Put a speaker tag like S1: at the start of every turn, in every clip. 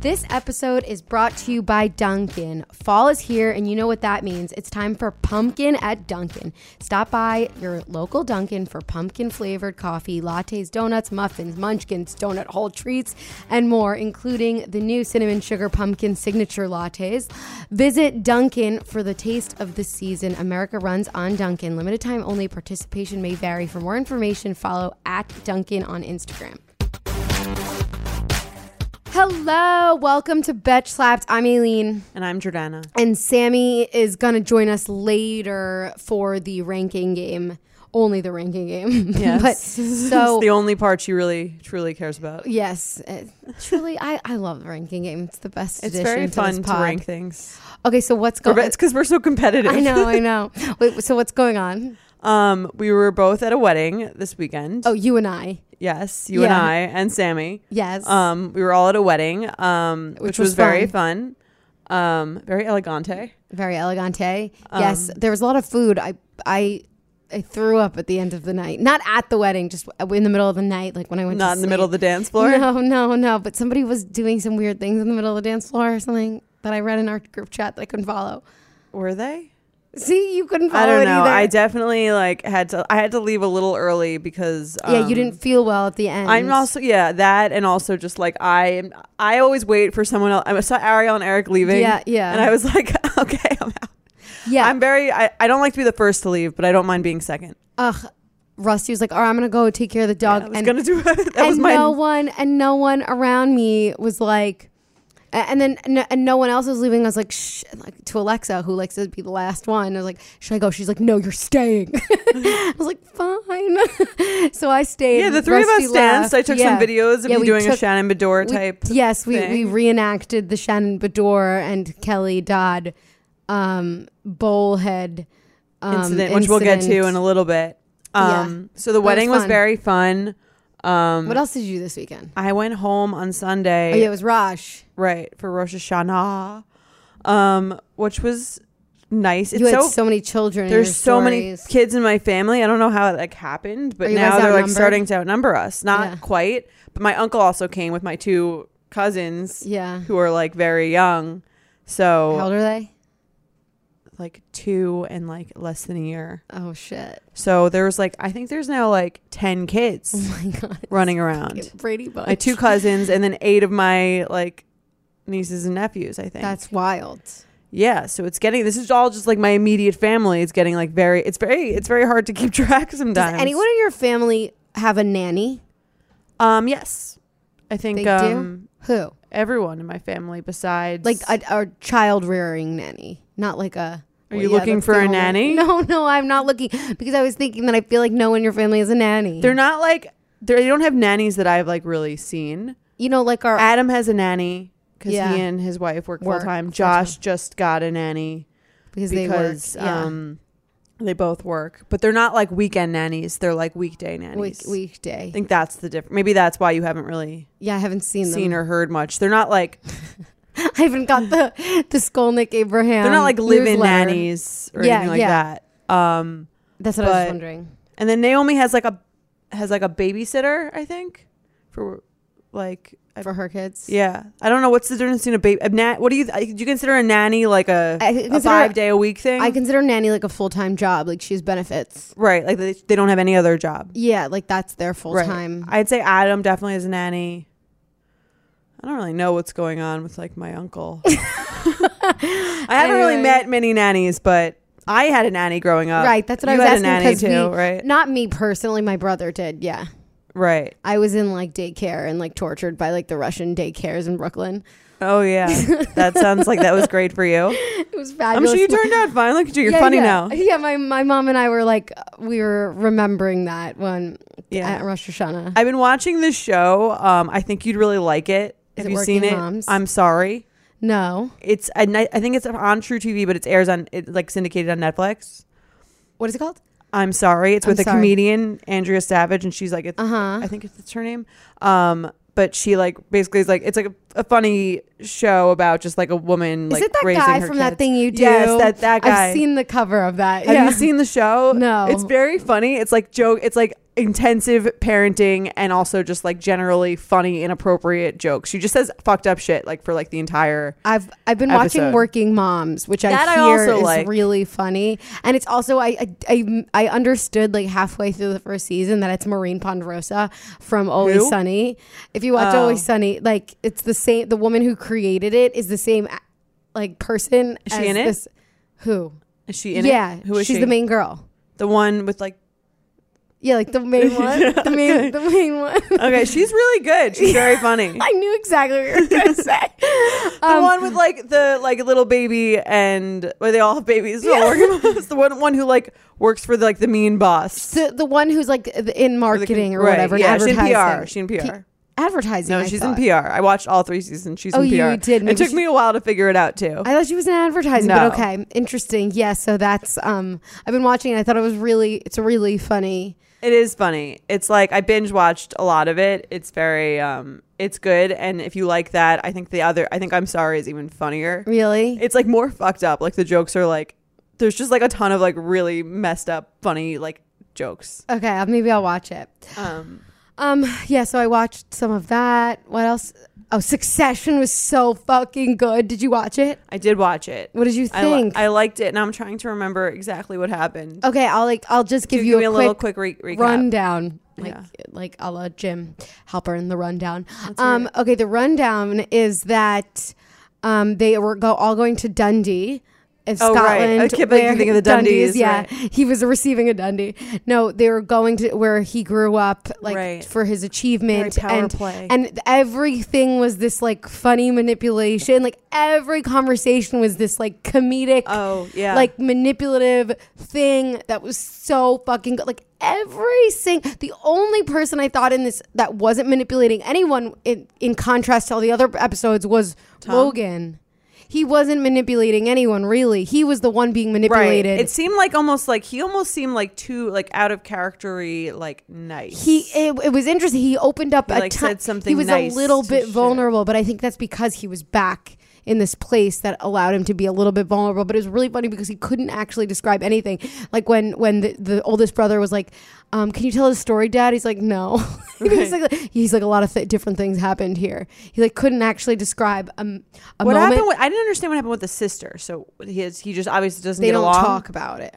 S1: This episode is brought to you by Dunkin'. Fall is here, and you know what that means. It's time for pumpkin at Dunkin'. Stop by your local Dunkin' for pumpkin flavored coffee, lattes, donuts, muffins, munchkins, donut hole treats, and more, including the new cinnamon sugar pumpkin signature lattes. Visit Dunkin' for the taste of the season. America runs on Dunkin'. Limited time only. Participation may vary. For more information, follow at Dunkin' on Instagram. Hello, welcome to Betch Slapped. I'm Aileen,
S2: And I'm Jordana.
S1: and Sammy is gonna join us later for the ranking game. Only the ranking game.
S2: Yes.
S1: but
S2: it's
S1: so
S2: the only part she really truly cares about.
S1: yes, it- truly, I I love the ranking game. It's the best.
S2: It's
S1: addition
S2: very
S1: to
S2: fun
S1: this
S2: to
S1: pod.
S2: rank things.
S1: Okay, so what's
S2: Or-
S1: going?
S2: It's because we're so competitive.
S1: I know, I know. Wait, so what's going on?
S2: Um, we were both at a wedding this weekend.
S1: Oh, you and I.
S2: yes, you and
S1: yeah.
S2: I and Sammy.
S1: Yes.
S2: Um, we were all at a wedding, um, which,
S1: Which
S2: was,
S1: was
S2: very fun. Um, very elegante.
S1: very elegante.
S2: Um,
S1: yes, there was a lot of food. I I I threw up at the end of the night. Not at the wedding, just in the middle of the night, like when I went.
S2: Not
S1: to
S2: in the
S1: sleep.
S2: middle of the dance floor.
S1: No, no, no. But somebody was doing some weird things in the middle of the dance floor or something that I read in our group chat that I couldn't follow.
S2: Were they?
S1: See, you couldn't follow
S2: I don't
S1: it
S2: know.
S1: either.
S2: I definitely like had to I had to leave a little early because
S1: yeah,
S2: um,
S1: you didn't feel well at the end.
S2: I'm also yeah that and also just like I am I always wait for someone else. I saw Ariel and Eric leaving.
S1: Yeah, yeah.
S2: And I was like, okay, I'm out.
S1: yeah.
S2: I'm very I, I don't like to be the first to leave, but I don't mind being second.
S1: Ugh. Rusty was like, "All right, I'm gonna go take care of the dog."
S2: I was
S1: and
S2: gonna do that
S1: and
S2: was my
S1: no one and no one around me was like a- and then no, and no one else was leaving. I was like, Shh, like to Alexa, who likes to be the last one. I was like, should I go? She's like, no, you're staying. I was like, fine. so I stayed.
S2: yeah. The three of
S1: Rusty
S2: us
S1: left.
S2: danced. I took
S1: Yeah.
S2: some videos of
S1: Yeah,
S2: me
S1: we
S2: doing a
S1: took-
S2: Shannon Bedore
S1: We-
S2: type.
S1: yes, we, we
S2: thing.
S1: reenacted the Shannon Bador and Kelly Dodd um, bowlhead um,
S2: incident, which we'll get to
S1: incident.
S2: in a little bit.
S1: Yeah.
S2: Um, So the
S1: was
S2: wedding was,
S1: fun.
S2: very fun. Um,
S1: what else did you do this weekend?
S2: I went home on Sunday,
S1: Oh, yeah, it was Raj.
S2: right for Rosh Hashanah, um, which was nice. It's
S1: you had
S2: so
S1: so, many children. in your
S2: there's so many
S1: stories.
S2: kids in my family. I don't know how it like happened,
S1: Are
S2: but
S1: you guys
S2: now they're like
S1: outnumbered?
S2: starting to outnumber us. Not
S1: Yeah.
S2: quite, but my uncle also came with my two cousins
S1: Yeah.
S2: who are like very young.
S1: How
S2: So
S1: old are they?
S2: like two and like less than a year.
S1: Oh shit!
S2: So there was like I think there's now like ten
S1: Oh
S2: kids
S1: my god!
S2: running around.
S1: Brady Bunch.
S2: My two cousins and then eight of my like nieces and nephews, I think.
S1: That's wild.
S2: yeah, so it's getting this is all just like my immediate family. It's getting like very it's very it's very hard to keep track sometimes.
S1: Does anyone in your family have a nanny?
S2: Um, yes, I think
S1: They do?
S2: um
S1: Who?
S2: everyone in my family besides
S1: Like a, a child rearing nanny, not like a.
S2: Are you looking
S1: that's
S2: for
S1: the
S2: a
S1: only-
S2: nanny?
S1: No, no, I'm not looking because I was thinking that I feel like no one in your family is a nanny.
S2: they're not like they're, they don't have nannies that I've like really seen.
S1: you know, like our
S2: Adam has a nanny because
S1: Yeah.
S2: he and his wife work,
S1: Work
S2: full time.
S1: full
S2: Josh just got a nanny
S1: because,
S2: because
S1: they work. yeah.
S2: um they both work, but they're not like weekend nannies. They're like weekday nannies.
S1: Week, weekday.
S2: I think that's the difference. Maybe that's why you haven't really
S1: yeah, I haven't seen them.
S2: seen or heard much. They're not like
S1: I haven't got the the Skolnick Abraham.
S2: they're not like
S1: Um,
S2: live-in
S1: newsletter.
S2: nannies or
S1: Yeah,
S2: anything like
S1: yeah.
S2: that. Um,
S1: That's what I was
S2: but-
S1: wondering.
S2: And then Naomi has like a has like a babysitter, I think, for like I,
S1: For her kids,
S2: yeah. I don't know what's the difference between a baby. A na- what do you I- do? You consider a nanny like a,
S1: I
S2: a
S1: consider-
S2: five day a week thing?
S1: I consider nanny like a full time job. Like she has benefits.
S2: right, like they, they don't have any other job.
S1: Yeah, like that's their full
S2: Right.
S1: time.
S2: I'd say Adam definitely is a nanny. I don't really know what's going on with like my uncle. I haven't really
S1: Anyway.
S2: met many nannies, but I had a nanny growing up.
S1: Right, that's what I
S2: You
S1: was
S2: had
S1: asking because
S2: a nanny too,
S1: we-
S2: right?
S1: Not me personally. My brother did. Yeah,
S2: Right.
S1: I was in like daycare and like tortured by like the Russian daycares in Brooklyn.
S2: Oh yeah, that sounds like that was great for you.
S1: It was
S2: I'm
S1: fabulous.
S2: sure you turned out fine. Look at you. You're
S1: Yeah,
S2: funny
S1: yeah.
S2: now.
S1: Yeah, my my mom and I were like we were remembering that one at
S2: Yeah.
S1: Rosh Hashanah.
S2: I've been watching this show. Um, I think you'd really like it.
S1: Is
S2: Have
S1: it
S2: you
S1: Working
S2: seen it?
S1: Moms?
S2: I'm sorry.
S1: no,
S2: It's I, I think it's on True TV, but it's airs on it like syndicated on Netflix.
S1: what is it called?
S2: I'm sorry. It's
S1: I'm
S2: with a
S1: sorry.
S2: comedian Andrea Savage, and she's like, it's,
S1: Uh huh.
S2: I think it's, it's her name. Um, but she like basically is like it's like a, a funny show about just like a woman.
S1: Is
S2: like,
S1: it that
S2: raising
S1: guy
S2: her
S1: from that
S2: kids.
S1: thing you do?
S2: Yes, that that guy.
S1: I've seen the cover of that.
S2: Have
S1: yeah.
S2: you seen the show?
S1: No.
S2: It's very funny. It's like joke. It's like intensive parenting and also just like generally funny, inappropriate jokes. She just says fucked up shit like for like the entire.
S1: I've I've been watching
S2: Episode.
S1: Working Moms, which
S2: That
S1: I
S2: I
S1: hear
S2: also
S1: is
S2: like.
S1: really funny, and it's also I, I- I I understood like halfway through the first season that it's Maureen Ponderosa from Always
S2: Who?
S1: Sunny. If you watch
S2: Oh.
S1: Always Sunny, like it's the same. The woman who created it is the same a- like person.
S2: Is she
S1: as
S2: in it?
S1: This, who?
S2: Is she in
S1: yeah,
S2: it? Who is
S1: she's
S2: she?
S1: the main girl.
S2: The one with like.
S1: Yeah, like the main one. The main,
S2: okay.
S1: the main one.
S2: Okay, she's really good. She's very funny.
S1: I knew exactly what you were going to say.
S2: The
S1: Um,
S2: one with like the like little baby and where they all have babies. Yeah. the one one who like works for like the mean boss.
S1: the, the one who's like in
S2: Or the con-
S1: marketing or
S2: right,
S1: whatever. in
S2: Yeah, she's in PR.
S1: advertising.
S2: She's in PR.
S1: advertising.
S2: no,
S1: I
S2: she's
S1: thought.
S2: in PR. I watched all three seasons. She's
S1: Oh,
S2: in PR.
S1: you did. Maybe
S2: It took
S1: she-
S2: me a while to figure it out too.
S1: I thought she was in advertising,
S2: No.
S1: but okay, interesting. Yes, so that's um, I've been watching. it. I thought it was really, it's really funny.
S2: It is funny. It's like I binge watched a lot of it. It's very um it's good and if you like that, I think the other I think I'm sorry is even funnier.
S1: Really,
S2: It's like more fucked up. Like the jokes are like there's just like a ton of like really messed up funny like jokes.
S1: okay, I'll- maybe I'll watch it.
S2: Um
S1: Um, yeah, so I watched some of that. What else? Oh, Succession was so fucking good. Did you watch it?
S2: I did watch it.
S1: What did you
S2: I, li-
S1: think?
S2: I liked it and I'm trying to remember exactly what happened.
S1: okay, I'll like, I'll just give
S2: Give
S1: you
S2: me
S1: a,
S2: a
S1: quick
S2: little quick re- recap.
S1: rundown like
S2: Yeah.
S1: like a la jim helper in the rundown
S2: hear
S1: um okay the rundown is that um they were go, all going to dundee of
S2: Oh, right.
S1: Scotland,
S2: I kept, like,
S1: where
S2: thinking of the
S1: Dundee's,
S2: Dundees,
S1: Yeah,
S2: right.
S1: he was receiving a Dundee. No, they were going to where he grew up, like
S2: Right.
S1: for his achievement
S2: Very power
S1: and
S2: play.
S1: and everything was this like funny manipulation. Like every conversation was this like comedic
S2: Oh, yeah.
S1: like manipulative thing that was so fucking good. Like every sing the only person I thought in this that wasn't manipulating anyone in, in contrast to all the other episodes was Logan. He wasn't manipulating anyone really. He was the one being manipulated.
S2: It seemed like almost like he almost seemed like too like out of charactery, like nice.
S1: he it, it was interesting. He opened up
S2: He,
S1: a
S2: like,
S1: ton-
S2: said something
S1: He was
S2: nice
S1: a little
S2: to
S1: bit
S2: share.
S1: vulnerable, but I think that's because he was back in this place that allowed him to be a little bit vulnerable. But it was really funny because he couldn't actually describe anything. Like when when the, the oldest brother was like, um, "Can you tell his story, Dad?" He's like, "No." he's like he's like a lot of th- different things happened here. He like couldn't actually describe um, a
S2: what
S1: moment.
S2: happened? With, I didn't understand what happened with the sister. So he is, he just obviously doesn't
S1: they
S2: get
S1: don't
S2: along.
S1: talk about it.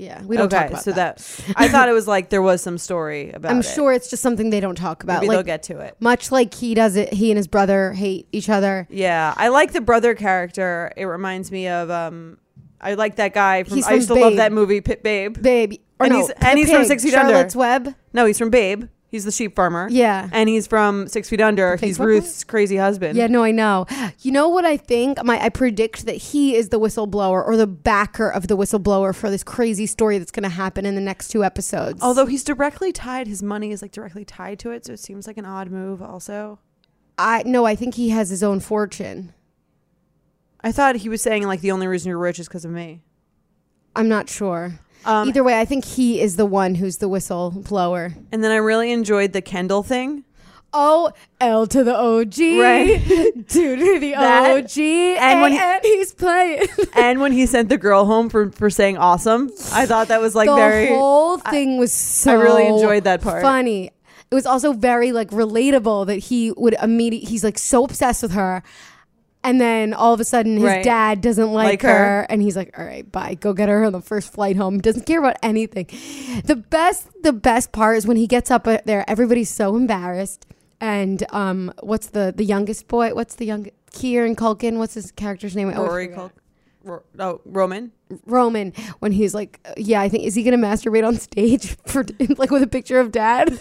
S1: Yeah, we don't
S2: okay,
S1: talk about
S2: so
S1: that.
S2: that. I thought it was like there was some story about.
S1: I'm
S2: it.
S1: sure it's just something they don't talk about.
S2: maybe they'll
S1: like
S2: get to it.
S1: much like he does it, he and his brother hate each other.
S2: Yeah, I like the brother character. It reminds me of um, I like that guy from.
S1: He's
S2: I used
S1: from
S2: to love
S1: Babe.
S2: that movie, Pit Babe.
S1: Babe. Or
S2: And
S1: no,
S2: he's- and
S1: the
S2: he's from
S1: pig,
S2: Six Feet Under.
S1: Charlotte's Web.
S2: No, he's from Babe. He's the sheep farmer.
S1: Yeah.
S2: and he's from Six Feet Under.
S1: The
S2: He's
S1: Facebook
S2: Ruth's crazy husband.
S1: Yeah, no, I know. You know what I think? My I predict that he is the whistleblower or the backer of the whistleblower for this crazy story that's going to happen in the next two episodes.
S2: Although he's directly tied, his money is like directly tied to it, so it seems like an odd move. Also,
S1: I no, I think he has his own fortune.
S2: I thought he was saying like the only reason you're rich is because of me.
S1: I'm not sure.
S2: Um,
S1: Either way, I think he is the one who's the whistleblower.
S2: and then I really enjoyed the Kendall thing.
S1: Oh, L to the OG,
S2: Right.
S1: Two to the
S2: That-
S1: OG, and,
S2: and when he-
S1: he's playing
S2: and when he sent the girl home for for saying awesome, I thought that was like
S1: the
S2: very
S1: whole thing was so.
S2: I really enjoyed that part.
S1: Funny. It was also very like relatable that he would immediately. He's like so obsessed with her, and then all of a sudden his
S2: Right.
S1: dad doesn't like,
S2: Like
S1: her,
S2: her.
S1: and he's like, "All right, bye. Go get her on the first flight home." Doesn't care about anything. The best, the best part is when he gets up uh, there. Everybody's so embarrassed. And um, what's the the youngest boy? What's the young Kieran Culkin? What's his character's name? I always
S2: Rory
S1: forget.
S2: Culkin. Ro- oh, Roman.
S1: Roman when he's like, uh, yeah, I think is he gonna masturbate on stage for like with a picture of dad?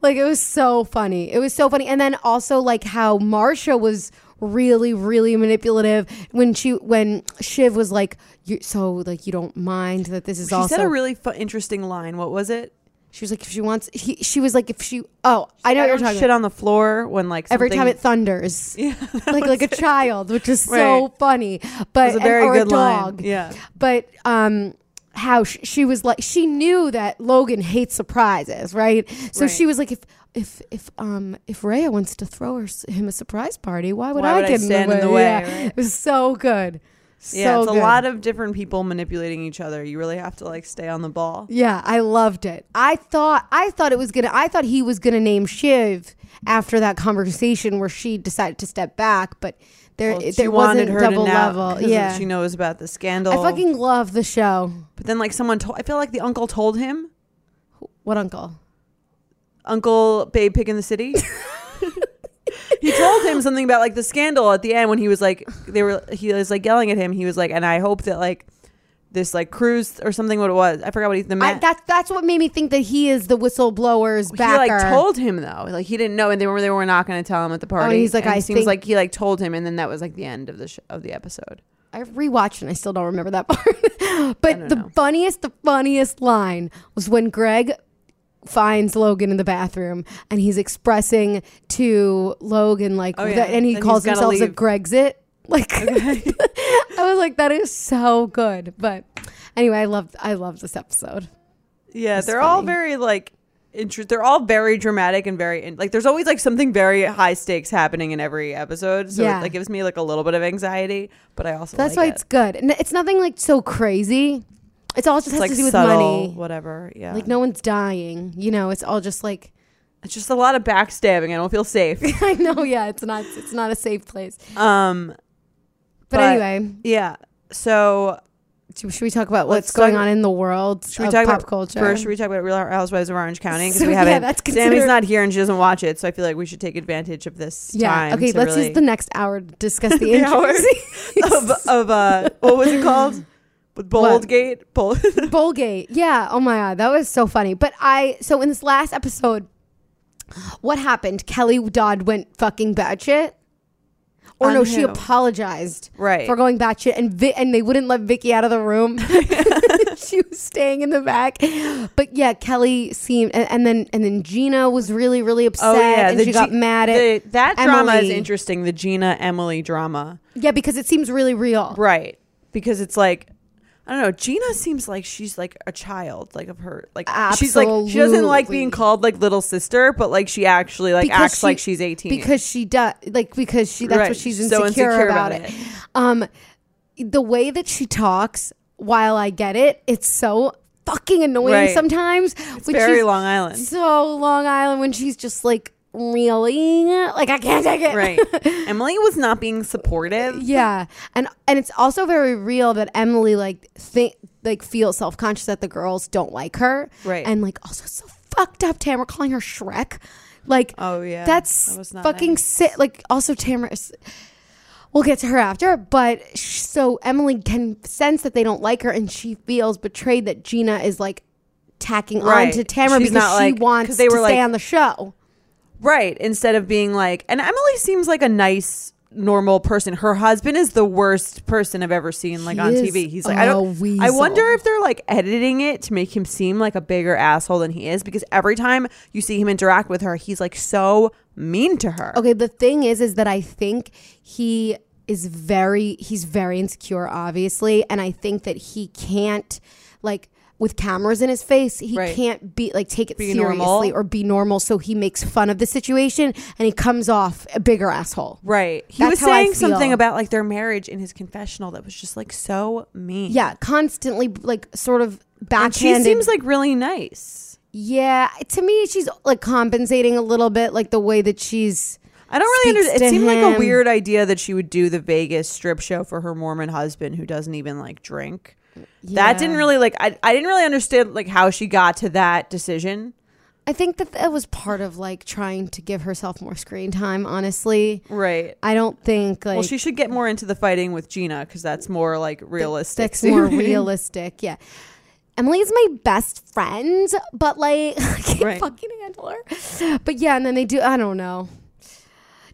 S1: like it was so funny. It was so funny, and then also like how Marsha was really really manipulative when she when Shiv was like, you so like you don't mind that this is
S2: She
S1: also
S2: said a really fu- interesting line. What was it?
S1: she was like if she wants he, she was like if she oh I know what you're
S2: Don't
S1: talking
S2: shit
S1: about
S2: on the floor when like
S1: every time
S2: something-
S1: it thunders
S2: Yeah,
S1: like like a child which is so
S2: Right.
S1: funny
S2: it
S1: but
S2: was a
S1: and-
S2: very
S1: or
S2: good
S1: a dog
S2: line. Yeah,
S1: but um how sh- she was like she knew that Logan hates surprises, right? So
S2: Right.
S1: she was like, if if if um if Rhea wants to throw her, him a surprise party, why would
S2: Why
S1: I
S2: would I
S1: get
S2: stand in the way, right?
S1: It was so good.
S2: Yeah,
S1: so
S2: it's a
S1: good.
S2: lot of different people manipulating each other. You really have to like stay on the ball.
S1: Yeah, I loved it. I thought I thought it was gonna I thought he was gonna name Shiv after that conversation where she decided to step back, but there
S2: Well,
S1: it
S2: she
S1: there wasn't double
S2: nab-
S1: level.
S2: 'cause
S1: Yeah.
S2: she knows about the scandal.
S1: I fucking love the show.
S2: but then like someone told. I feel like the uncle told him.
S1: What uncle?
S2: Uncle Babe Pig in the City. he told him something about like the scandal at the end when he was like they were he was like yelling at him. He was like, and I hope that like this like cruise or something what it was. I forgot what he the
S1: I,
S2: man.
S1: that's that's what made me think that he is the whistleblower's
S2: he
S1: backer.
S2: like told him though, like he didn't know, and they were they were not going to tell him at the party.
S1: Oh, he's like,
S2: and it
S1: I
S2: seems
S1: think-
S2: like he like told him, and then that was like the end of the sh- of the episode.
S1: I rewatched and I still don't remember that part. but
S2: don't
S1: the
S2: know.
S1: funniest, the funniest line was when Greg finds Logan in the bathroom and he's expressing to Logan like,
S2: Oh, yeah.
S1: that, and he
S2: That
S1: calls
S2: he's gotta
S1: himself a
S2: leave.
S1: Gregsit. Like, I was like, that is so good. But anyway, I loved, I loved this episode.
S2: Yeah,
S1: That's
S2: they're all
S1: funny.
S2: very like inter- they're all very dramatic and very in- like there's always like something very high stakes happening in every episode. So
S1: Yeah.
S2: it like gives me like a little bit of anxiety, but I also
S1: That's
S2: like
S1: why
S2: it.
S1: it's good, and it's nothing like so crazy. It's all just
S2: It's,
S1: has
S2: like
S1: to do with
S2: subtle,
S1: money.
S2: whatever. Yeah,
S1: Like no one's dying, you know. It's all just like
S2: it's just a lot of backstabbing. I don't feel safe.
S1: I know. Yeah, it's not. It's not a safe place.
S2: um,
S1: But,
S2: But-
S1: anyway,
S2: yeah. So
S1: should should we talk about what's
S2: Let's
S1: going
S2: talk-
S1: on in the world
S2: should we
S1: of
S2: talk
S1: pop
S2: about
S1: culture?
S2: first? Should we talk about Real Housewives of Orange County? Because
S1: So,
S2: we
S1: yeah,
S2: haven't.
S1: that's
S2: Sammy's
S1: considered-
S2: not here and she doesn't watch it, so I feel like we should take advantage of this.
S1: yeah.
S2: time
S1: Okay.
S2: to
S1: Let's
S2: really
S1: use the next hour to discuss the,
S2: The hour? of,
S1: intro.
S2: of uh, what was it called? With Boldgate, Bold.
S1: Bolgate. Yeah. Oh my god, that was so funny. But I so in this last episode, what happened? Kelly Dodd went fucking batshit. Or
S2: On
S1: no, she
S2: who?
S1: apologized
S2: Right.
S1: for going batshit, and Vi- and they wouldn't let Vicky out of the room. she was staying in the back, but yeah, Kelly seemed, and, and then and then Gina was really really upset, and she got
S2: Oh, G-
S1: mad at
S2: the- that drama is
S1: Emily.
S2: interesting. The Gina Emily drama,
S1: yeah because it seems really real.
S2: right? Because it's like I don't know. Gina seems like she's like a child, like of her, like she's like she doesn't like
S1: Absolutely.
S2: being called like little sister, but like she actually like
S1: Because
S2: acts
S1: she-
S2: like she's eighteen.
S1: because she does like because she that's
S2: Right.
S1: what she's
S2: She's
S1: insecure,
S2: so insecure
S1: about,
S2: about
S1: it. um the way that she talks while i get it it's so fucking annoying
S2: Right.
S1: sometimes when
S2: very
S1: she's
S2: Long Island,
S1: so long island when she's just like really like i can't take it
S2: right? Emily was not being supportive.
S1: yeah and and it's also very real that emily like think like feels self-conscious that the girls don't like her
S2: Right.
S1: and like also so fucked up tamara calling her shrek like
S2: Oh yeah,
S1: that's
S2: That was not
S1: fucking
S2: nice.
S1: sick. Like also Tamara. is- We'll get to her after, but sh- so Emily can sense that they don't like her, and she feels betrayed that Gina is like tacking on
S2: Right.
S1: to Tamara
S2: She's
S1: because
S2: not,
S1: she
S2: like-
S1: wants
S2: 'cause they
S1: to
S2: were,
S1: stay
S2: like-
S1: on the show.
S2: Right. Instead of being like, and Emily seems like a nice, normal person. Her husband is the worst person I've ever seen, like
S1: He
S2: on
S1: is
S2: TV. He's like,
S1: a
S2: I don't. I
S1: weasel.
S2: wonder if they're like editing it to make him seem like a bigger asshole than he is, because every time you see him interact with her, he's like so mean to her.
S1: Okay, the thing is, is that I think he is very he's very insecure, obviously, and I think that he can't like with cameras in his face, he
S2: Right.
S1: can't be like take it
S2: Be
S1: seriously
S2: normal.
S1: or be normal. So he makes fun of the situation and he comes off a bigger asshole.
S2: Right. He
S1: That's
S2: was
S1: how I
S2: saying something
S1: feel.
S2: about like their marriage in his confessional that was just like so mean.
S1: Yeah, constantly like sort of
S2: And she
S1: backhanded.
S2: seems like really nice.
S1: yeah, to me she's like compensating a little bit, like the way that she's.
S2: I don't really
S1: speaks
S2: understand. It
S1: to
S2: seemed like
S1: him.
S2: a weird idea that she would do the Vegas strip show for her Mormon husband who doesn't even like drink. That didn't
S1: Yeah.
S2: really like I, I didn't really understand like how she got to that decision.
S1: I think that that was part of like trying to give herself more screen time. Honestly,
S2: Right.
S1: I don't think like
S2: well, she should get more into the fighting with Gina cuz that's more like realistic.
S1: that's more
S2: to me.
S1: realistic. Yeah. Emily is my best friend, but like I can't
S2: Right.
S1: fucking handle her. But yeah, and then they do. I don't know. G-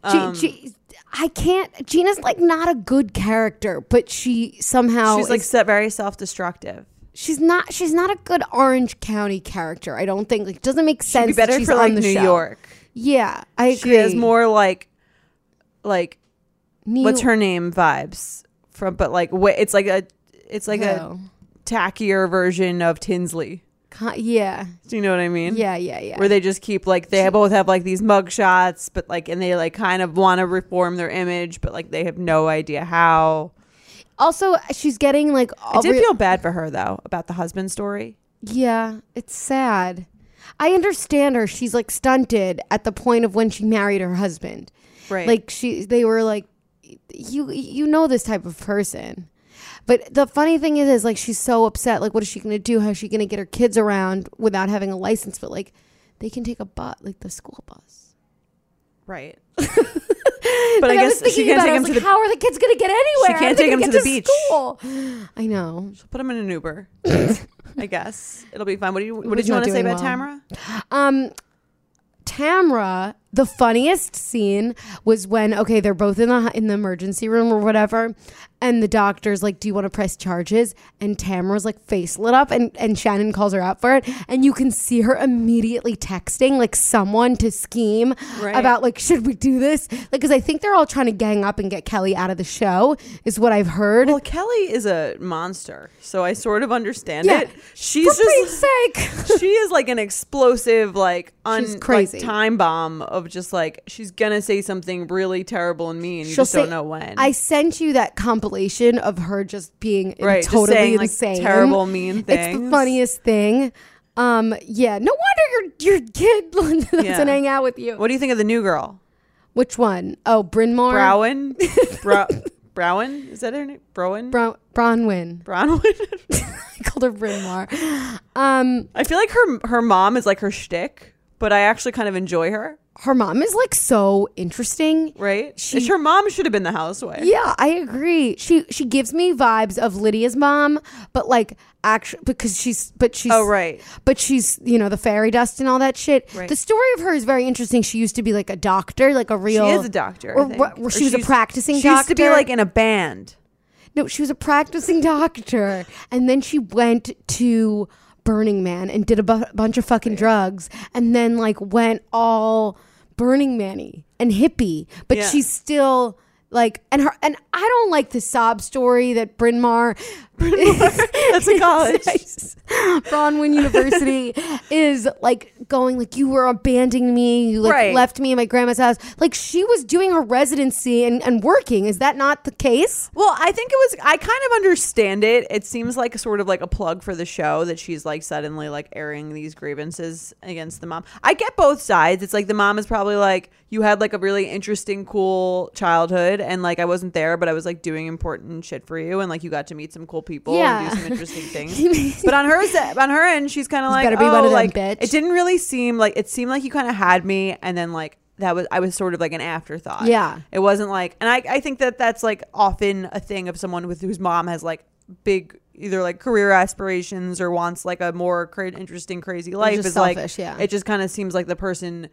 S2: Um,
S1: G- I can't. Gina's like not a good character, but she somehow
S2: She's like
S1: is-
S2: se- very self-destructive.
S1: she's not. She's not a good Orange County character. I don't think. Like doesn't make sense.
S2: Be
S1: that
S2: better
S1: she's
S2: for
S1: on
S2: like
S1: the
S2: New
S1: show.
S2: York.
S1: Yeah, I agree.
S2: She has more like like
S1: New-
S2: what's her name vibes from but like wh- it's like a it's like a
S1: Who?
S2: tackier version of Tinsley.
S1: Con- yeah,
S2: Do you know what I mean?
S1: yeah, yeah, yeah.
S2: where they just keep like they both have like these mug shots but like and they like kind of want to reform their image but like they have no idea how
S1: Also, she's getting like
S2: I
S1: all
S2: did
S1: re-
S2: feel bad for her though about the husband story.
S1: Yeah, it's sad. I understand her. She's like stunted at the point of when she married her husband.
S2: Right.
S1: Like she they were like you you know this type of person. But the funny thing is is like she's so upset. Like what is she going to do? How is she going to get her kids around without having a license? But like they can take a bus, like the school bus.
S2: right. but I
S1: Like, was
S2: guess she
S1: thinking about it.
S2: can't take
S1: I
S2: him
S1: was
S2: to
S1: like,
S2: the.
S1: How are the kids going to get anywhere? How are
S2: can't
S1: they
S2: take
S1: gonna
S2: him
S1: get
S2: to the
S1: School? I know.
S2: Put him in an Uber. I guess it'll be fine. What do you? What
S1: Who's
S2: did you
S1: not
S2: want to say
S1: doing
S2: about
S1: well.
S2: Tamara?
S1: Um, Tamra, the funniest scene was when okay, they're both in the in the emergency room or whatever, and the doctor's like, "Do you want to press charges?" And Tamra's like face lit up, and and Shannon calls her out for it, and you can see her immediately texting like someone to scheme
S2: Right.
S1: about like, "Should we do this?" Like, because I think they're all trying to gang up and get Kelly out of the show, is what I've heard.
S2: Well, Kelly is a monster, so I sort of understand
S1: Yeah.
S2: it. She's
S1: for
S2: just
S1: Pete's sake.
S2: she is like an explosive, like un,
S1: She's crazy.
S2: like, time bomb of just like she's gonna say something really terrible and mean. You
S1: She'll
S2: just don't
S1: say,
S2: know when.
S1: I sent you that compilation of her just being
S2: right, just
S1: totally
S2: saying, like,
S1: insane.
S2: terrible mean
S1: It's the
S2: things.
S1: funniest thing. Um, yeah, no wonder your your kid doesn't
S2: Yeah.
S1: hang out with you.
S2: What do you think of the new girl,
S1: Which one? Oh, Bryn Mawr.
S2: Browen? Bro- Browen is that her name? Browen.
S1: Bro- Bronwyn.
S2: Bronwyn.
S1: I called her Bryn Mawr. Um,
S2: I feel like her her mom is like her shtick, but I actually kind of enjoy her.
S1: her mom is like so interesting.
S2: Right?
S1: She-
S2: She, her mom should have been the housewife.
S1: Yeah, I agree. She she gives me vibes of Lydia's mom, but like actually because she's but she's
S2: Oh right.
S1: but she's you know the fairy dust and all that shit.
S2: Right.
S1: The story of her is very interesting. She used to be like a doctor, like a
S2: She
S1: real
S2: is a doctor. I
S1: or
S2: think.
S1: what- or she was a
S2: she's-
S1: practicing
S2: she used to be
S1: doctor.
S2: like in a band.
S1: No, she was a practicing doctor, and then she went to Burning Man and did a bu- bunch of fucking drugs, and then like went all Burning Manny and hippie. But
S2: Yeah.
S1: she's still like, and her and I don't like the sob story that Bryn Mawr,
S2: That's a college.
S1: Bronwyn University is like going like you were abandoning me, you like
S2: Right.
S1: left me in my grandma's house. Like she was doing her residency and, and working. Is that not the case?
S2: Well, I think it was. I kind of understand it. It seems like sort of like a plug for the show that she's like suddenly like airing these grievances against the mom. I get both sides. It's like the mom is probably like you had like a really interesting, cool childhood, and like I wasn't there, but I was like doing important shit for you, and like you got to meet some cool people
S1: Yeah.
S2: and do some interesting things. but on her se- on her end, she's kind of like,
S1: better be
S2: oh,
S1: one of them,
S2: like
S1: bitch."
S2: it didn't really seem like it seemed like you kind of had me, and then like that was I was sort of like an afterthought.
S1: Yeah.
S2: It wasn't like, and I, I think that that's like often a thing of someone with whose mom has like big either like career aspirations or wants like a more cra- interesting crazy life
S1: just
S2: is
S1: selfish,
S2: like
S1: yeah.
S2: it just kind of seems like the person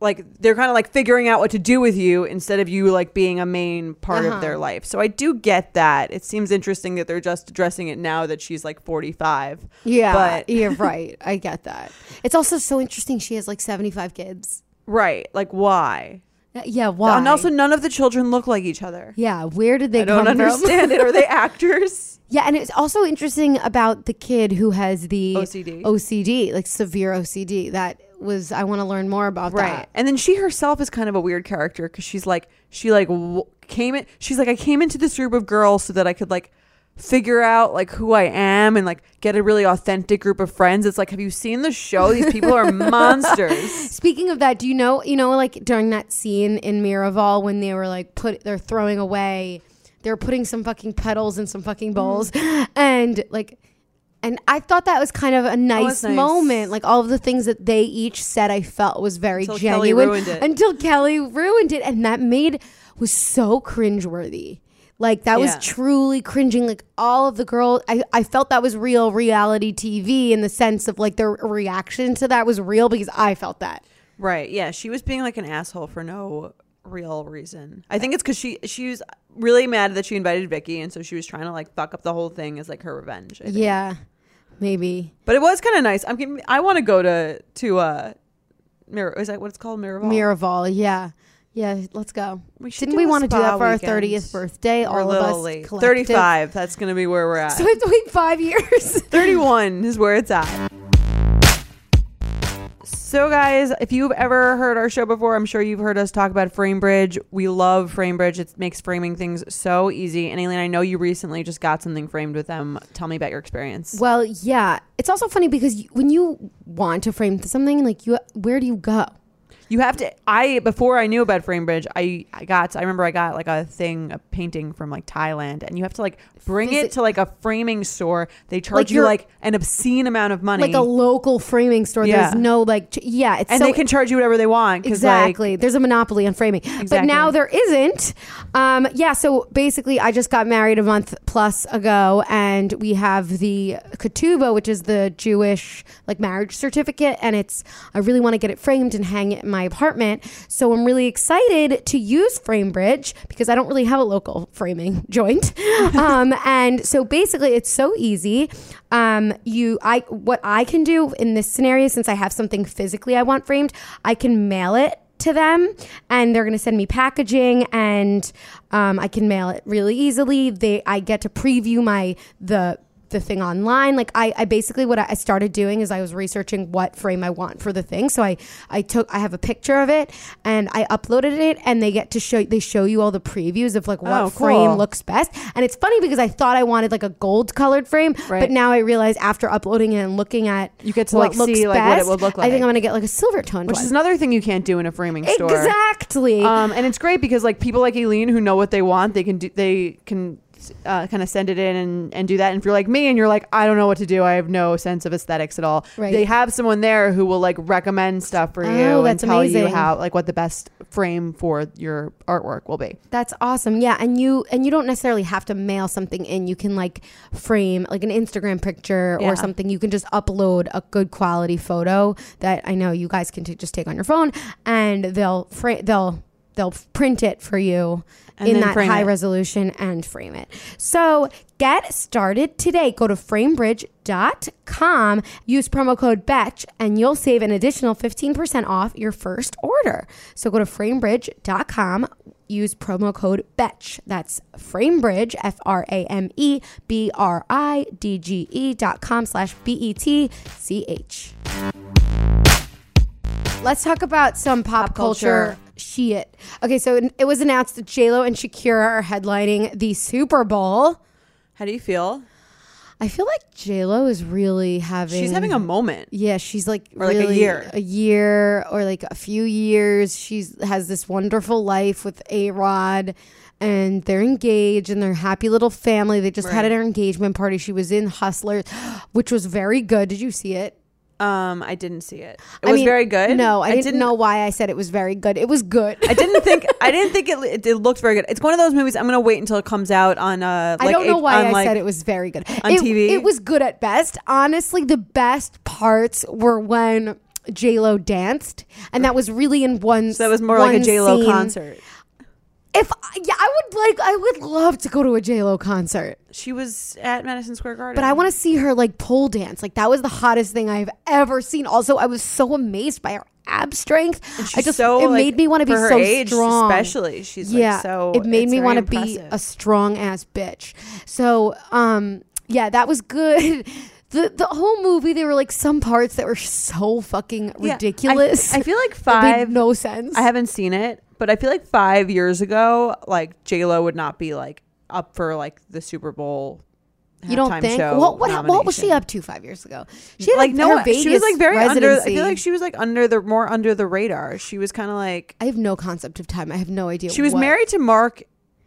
S2: like they're kind of like figuring out what to do with you instead of you like being a main part
S1: Uh-huh.
S2: of their life. So I do get that. It seems interesting that they're just addressing it now that she's like 45.
S1: Yeah,
S2: But-
S1: you're right. I get that. It's also so interesting. She has like 75 kids.
S2: Right. Like why?
S1: Uh, Yeah, why?
S2: And also none of the children look like each other.
S1: yeah, where did they
S2: I don't
S1: come from?
S2: understand it. Are they actors?
S1: Yeah, and it's also interesting about the kid who has the
S2: OCD.
S1: OCD, like severe OCD. That was I want to learn more about
S2: right
S1: that.
S2: and then she herself is kind of a weird character because she's like she like w- came in she's like i came into this group of girls so that i could like figure out like who i am and like get a really authentic group of friends it's like have you seen the show these people are monsters
S1: Speaking of that, do you know, you know, like during that scene in Miraval when they were like put, they're throwing away, they're putting some fucking petals in some fucking bowls,
S2: Mm.
S1: and like, and I thought that was kind of a nice,
S2: that's nice.
S1: moment. Like all of the things that they each said, I felt was very
S2: Until Kelly
S1: genuine
S2: ruined it.
S1: until Kelly ruined it, and that made was so cringeworthy. Like that was
S2: Yeah.
S1: truly cringing. Like all of the girls, I, I felt that was real reality TV in the sense of like their reaction to that was real because I felt that.
S2: right yeah she was being like an asshole for no real reason i think it's because she she was really mad that she invited vicky and so she was trying to like fuck up the whole thing as like her revenge I think.
S1: Yeah, maybe
S2: but it was kind of nice i'm getting i want to go to to uh mirror is that what it's called mirror
S1: Miraval. Yeah, yeah. Let's go.
S2: We should
S1: Didn't
S2: do
S1: we
S2: a
S1: want to do
S2: spa
S1: that for our
S2: weekend.
S1: thirtieth birthday? All
S2: We're a
S1: of
S2: little
S1: us.
S2: late.
S1: collective?
S2: 35. That's going to be where we're at.
S1: So it's been five years.
S2: 31 is where it's at. So, guys, if you've ever heard our show before, I'm sure you've heard us talk about FrameBridge. We love FrameBridge. It makes framing things so easy. And Aileen, I know you recently just got something framed with them. Tell me about your experience.
S1: Well, yeah. It's also funny because you- when you want to frame something, like you, where do you go?
S2: You have to. I before I knew about FrameBridge, I, I got. I remember I got like a thing, a painting from like Thailand, and you have to like bring
S1: Physi-
S2: it to like a framing store. They charge
S1: Like
S2: you
S1: your-
S2: like an obscene amount of money,
S1: Like a local framing store.
S2: Yeah.
S1: There's no like, ch- yeah. It's
S2: and
S1: so
S2: they can charge you whatever they want. 'cause, like,
S1: Exactly. There's a monopoly on framing. But
S2: Exactly.
S1: now there isn't. Um, yeah, so basically, I just got married a month plus ago, and we have the ketubah, which is the Jewish like marriage certificate, and it's I really want to get it framed and hang it in my apartment. So I'm really excited to use FrameBridge because I don't really have a local framing joint. um, and so basically, it's so easy. Um, you, I, what I can do in this scenario, since I have something physically I want framed, I can mail it to them and they're going to send me packaging and um, i can mail it really easily they i get to preview my the the thing online like i, I basically what i started doing is i was researching what frame i want for the thing so i i took i have a picture of it and i uploaded it and they get to show they show you all the previews of like what
S2: Oh,
S1: frame
S2: cool.
S1: looks best and it's funny because i thought i wanted like a gold colored frame but
S2: Right.
S1: now i realize after uploading it and looking at
S2: You get to,
S1: what
S2: like,
S1: looks
S2: see, like, what it
S1: best,
S2: would look
S1: i think
S2: like.
S1: i'm gonna get like a silver tone
S2: which is another thing you can't do in a framing store.
S1: Exactly.
S2: Um, and it's great because like people like Eileen who know what they want, they can do, they can uh, kind of send it in and, and do that. And if you're like me and you're like, I don't know what to do, I have no sense of aesthetics at all.
S1: Right.
S2: They have someone there who will like recommend stuff for
S1: Oh,
S2: you
S1: that's
S2: and tell you
S1: amazing.
S2: how like what the best frame for your artwork will be.
S1: That's awesome. Yeah, and you and you don't necessarily have to mail something in. You can like frame like an Instagram picture
S2: Yeah.
S1: or something. You can just upload a good quality photo that I know you guys can t- just take on your phone, and they'll fra- they'll they'll print it for you
S2: And
S1: in
S2: then
S1: that
S2: frame
S1: high
S2: it.
S1: resolution and frame it. So get started today. Go to framebridge.com, use promo code BETCH, and you'll save an additional 15% off your first order. So go to framebridge.com, use promo code BETCH. That's framebridge, F R A M E B R I D G E dot com slash B E T C H. Let's talk about some pop, culture.
S2: culture.
S1: shit. Okay, so it was announced that J-Lo and Shakira are headlining the Super Bowl.
S2: How do you feel?
S1: I feel like J Lo is really having.
S2: She's having a moment.
S1: Yeah, she's like
S2: Or like a
S1: really-
S2: year.
S1: a year or like a few years. She's has this wonderful life with A Rod, and they're engaged and they're happy little family. They just had
S2: Right.
S1: their engagement party. She was in Hustlers, which was very good. Did you see it?
S2: Um, I didn't see it. It
S1: I
S2: was
S1: mean,
S2: very good.
S1: No, I, didn't, know why I said it was very good. It was good.
S2: I didn't think I didn't think it, it, it looked very good. It's one of those movies I'm gonna wait until it comes out on uh like
S1: I don't know
S2: a-
S1: why
S2: on,
S1: I
S2: like,
S1: said it was very good.
S2: on
S1: it,
S2: TV?
S1: it was good at best. Honestly, the best parts were when J Lo danced, and that was really in one.
S2: so that was more like a
S1: one
S2: J Lo
S1: scene.
S2: concert.
S1: If I- yeah, I would like, I would love to go to a J Lo concert,
S2: She was at Madison Square Garden.
S1: but I want to see her like pole dance. Like that was the hottest thing I've ever seen. Also, I was so amazed by her ab strength. I
S2: She's
S1: just
S2: so,
S1: it
S2: like,
S1: made me want to be
S2: for her
S1: so
S2: age,
S1: strong,
S2: Especially, she's
S1: yeah,
S2: like so.
S1: it made
S2: it's
S1: me
S2: very
S1: want to be
S2: impressive.
S1: a strong ass bitch. So, um, yeah, that was good. The the whole movie, there were like some parts that were so fucking
S2: Yeah, I-
S1: ridiculous.
S2: I, feel like
S1: It made
S2: five.
S1: no sense.
S2: I haven't seen it, but I feel like five years ago, like J Lo would not be like up for like the Super Bowl.
S1: you don't
S2: halftime
S1: think?
S2: Show
S1: What, what what was she
S2: nomination.
S1: up to five years ago? She had
S2: like no,
S1: her Vegas
S2: she was like very under. I
S1: residency.
S2: feel like she was like under the more under the radar. She was kind of like
S1: I have no concept of time. I have no idea.
S2: she was
S1: what-
S2: married to Mark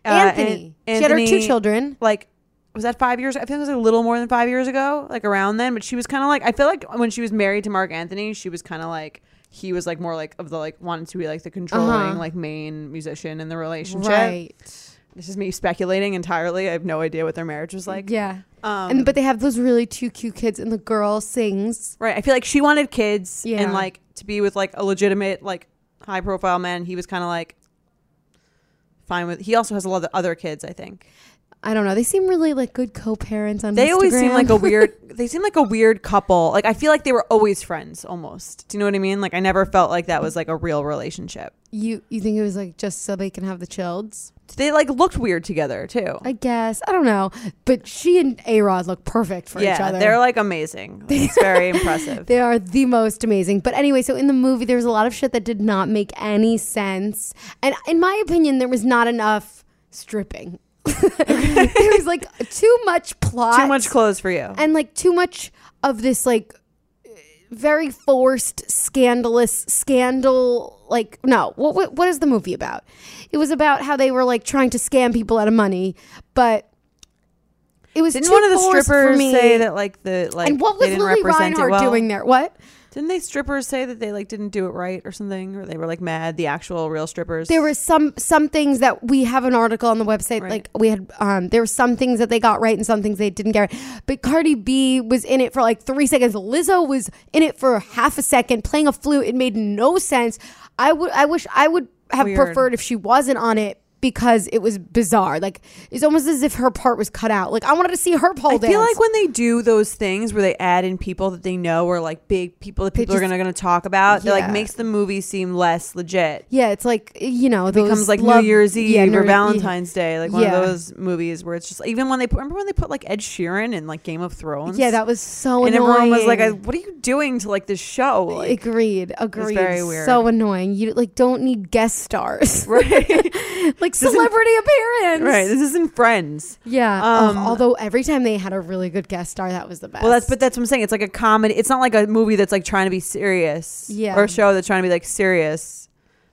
S2: uh,
S1: Anthony.
S2: An-
S1: She had her two
S2: Anthony-
S1: children.
S2: like was that five years? I think it was a little more than five years ago, like around then. But she was kind of like I feel like when she was married to Mark Anthony, she was kind of like he was like more like of the like wanted to be like the controlling
S1: Uh-huh.
S2: like main musician in the relationship.
S1: Right.
S2: This is me speculating entirely. I have no idea what their marriage was like.
S1: yeah.
S2: Um,
S1: and but they have those really two cute kids, and the girl sings.
S2: right. I feel like she wanted kids
S1: Yeah.
S2: and like to be with like a legitimate like high profile man. He was kind of like fine with. He also has a lot of other kids. I think.
S1: I don't know. They seem really like good co-parents on.
S2: They always seem
S1: Instagram.
S2: like a weird. They seem like a weird couple. Like I feel like they were always friends, almost. Do you know what I mean? Like I never felt like that was like a real relationship.
S1: you. You think it was like just so they can have the childs?
S2: They like looked weird together too.
S1: I guess I don't know. But she and A Rod look perfect for each
S2: yeah,
S1: other.
S2: they're like amazing. It's very impressive.
S1: They are the most amazing. But anyway, so in the movie, there was a lot of shit that did not make any sense. And in my opinion, there was not enough stripping. there was like too much plot.
S2: Too much clothes for you.
S1: And like too much of this like very forced, scandalous scandal. Like, no, what, what, what is the movie about? It was about how they were like trying to scam people out of money, but. It was
S2: Didn't
S1: too
S2: one of the
S1: forced for
S2: strippers
S1: me.
S2: say that like the like
S1: And what
S2: they
S1: was
S2: didn't
S1: Lily
S2: represent
S1: Reinhardt
S2: it well?
S1: doing there? What?
S2: Didn't they strippers say that they like didn't do it right or something, or they were like mad? The actual real strippers.
S1: there were some some things that we have an article on the website
S2: Right.
S1: like we had um there were some things that they got right and some things they didn't get right but cardi b was in it for like three seconds lizzo was in it for half a second playing a flute it made no sense i would i wish i would have
S2: Weird.
S1: preferred if she wasn't on it because it was bizarre like it's almost as if her part was cut out like i wanted to see her pole
S2: I
S1: dance
S2: feel like when they do those things where they add in people that they know are like big people that
S1: They
S2: people are
S1: just-
S2: gonna gonna talk about, it like
S1: Yeah.
S2: makes the movie seem less legit.
S1: yeah it's like you know it
S2: Becomes like New Year's Eve or Valentine's Day, like one
S1: Yeah.
S2: of those movies where it's just even when they put, remember when they put like Ed Sheeran in like Game of Thrones,
S1: yeah that was so
S2: and
S1: annoying.
S2: everyone was like, I, "What are you doing to like this show?" Like,
S1: agreed. Agreed.
S2: very weird.
S1: So annoying. You like don't need guest stars,
S2: right,
S1: like celebrity appearance.
S2: right. This isn't Friends.
S1: Yeah. Oh,
S2: Um,
S1: although every time they had a really good guest star, that was the best.
S2: Well, that's but that's what I'm saying. It's like a comedy. It's not like a movie that's like trying to be serious.
S1: Yeah.
S2: Or a show that's trying to be like serious.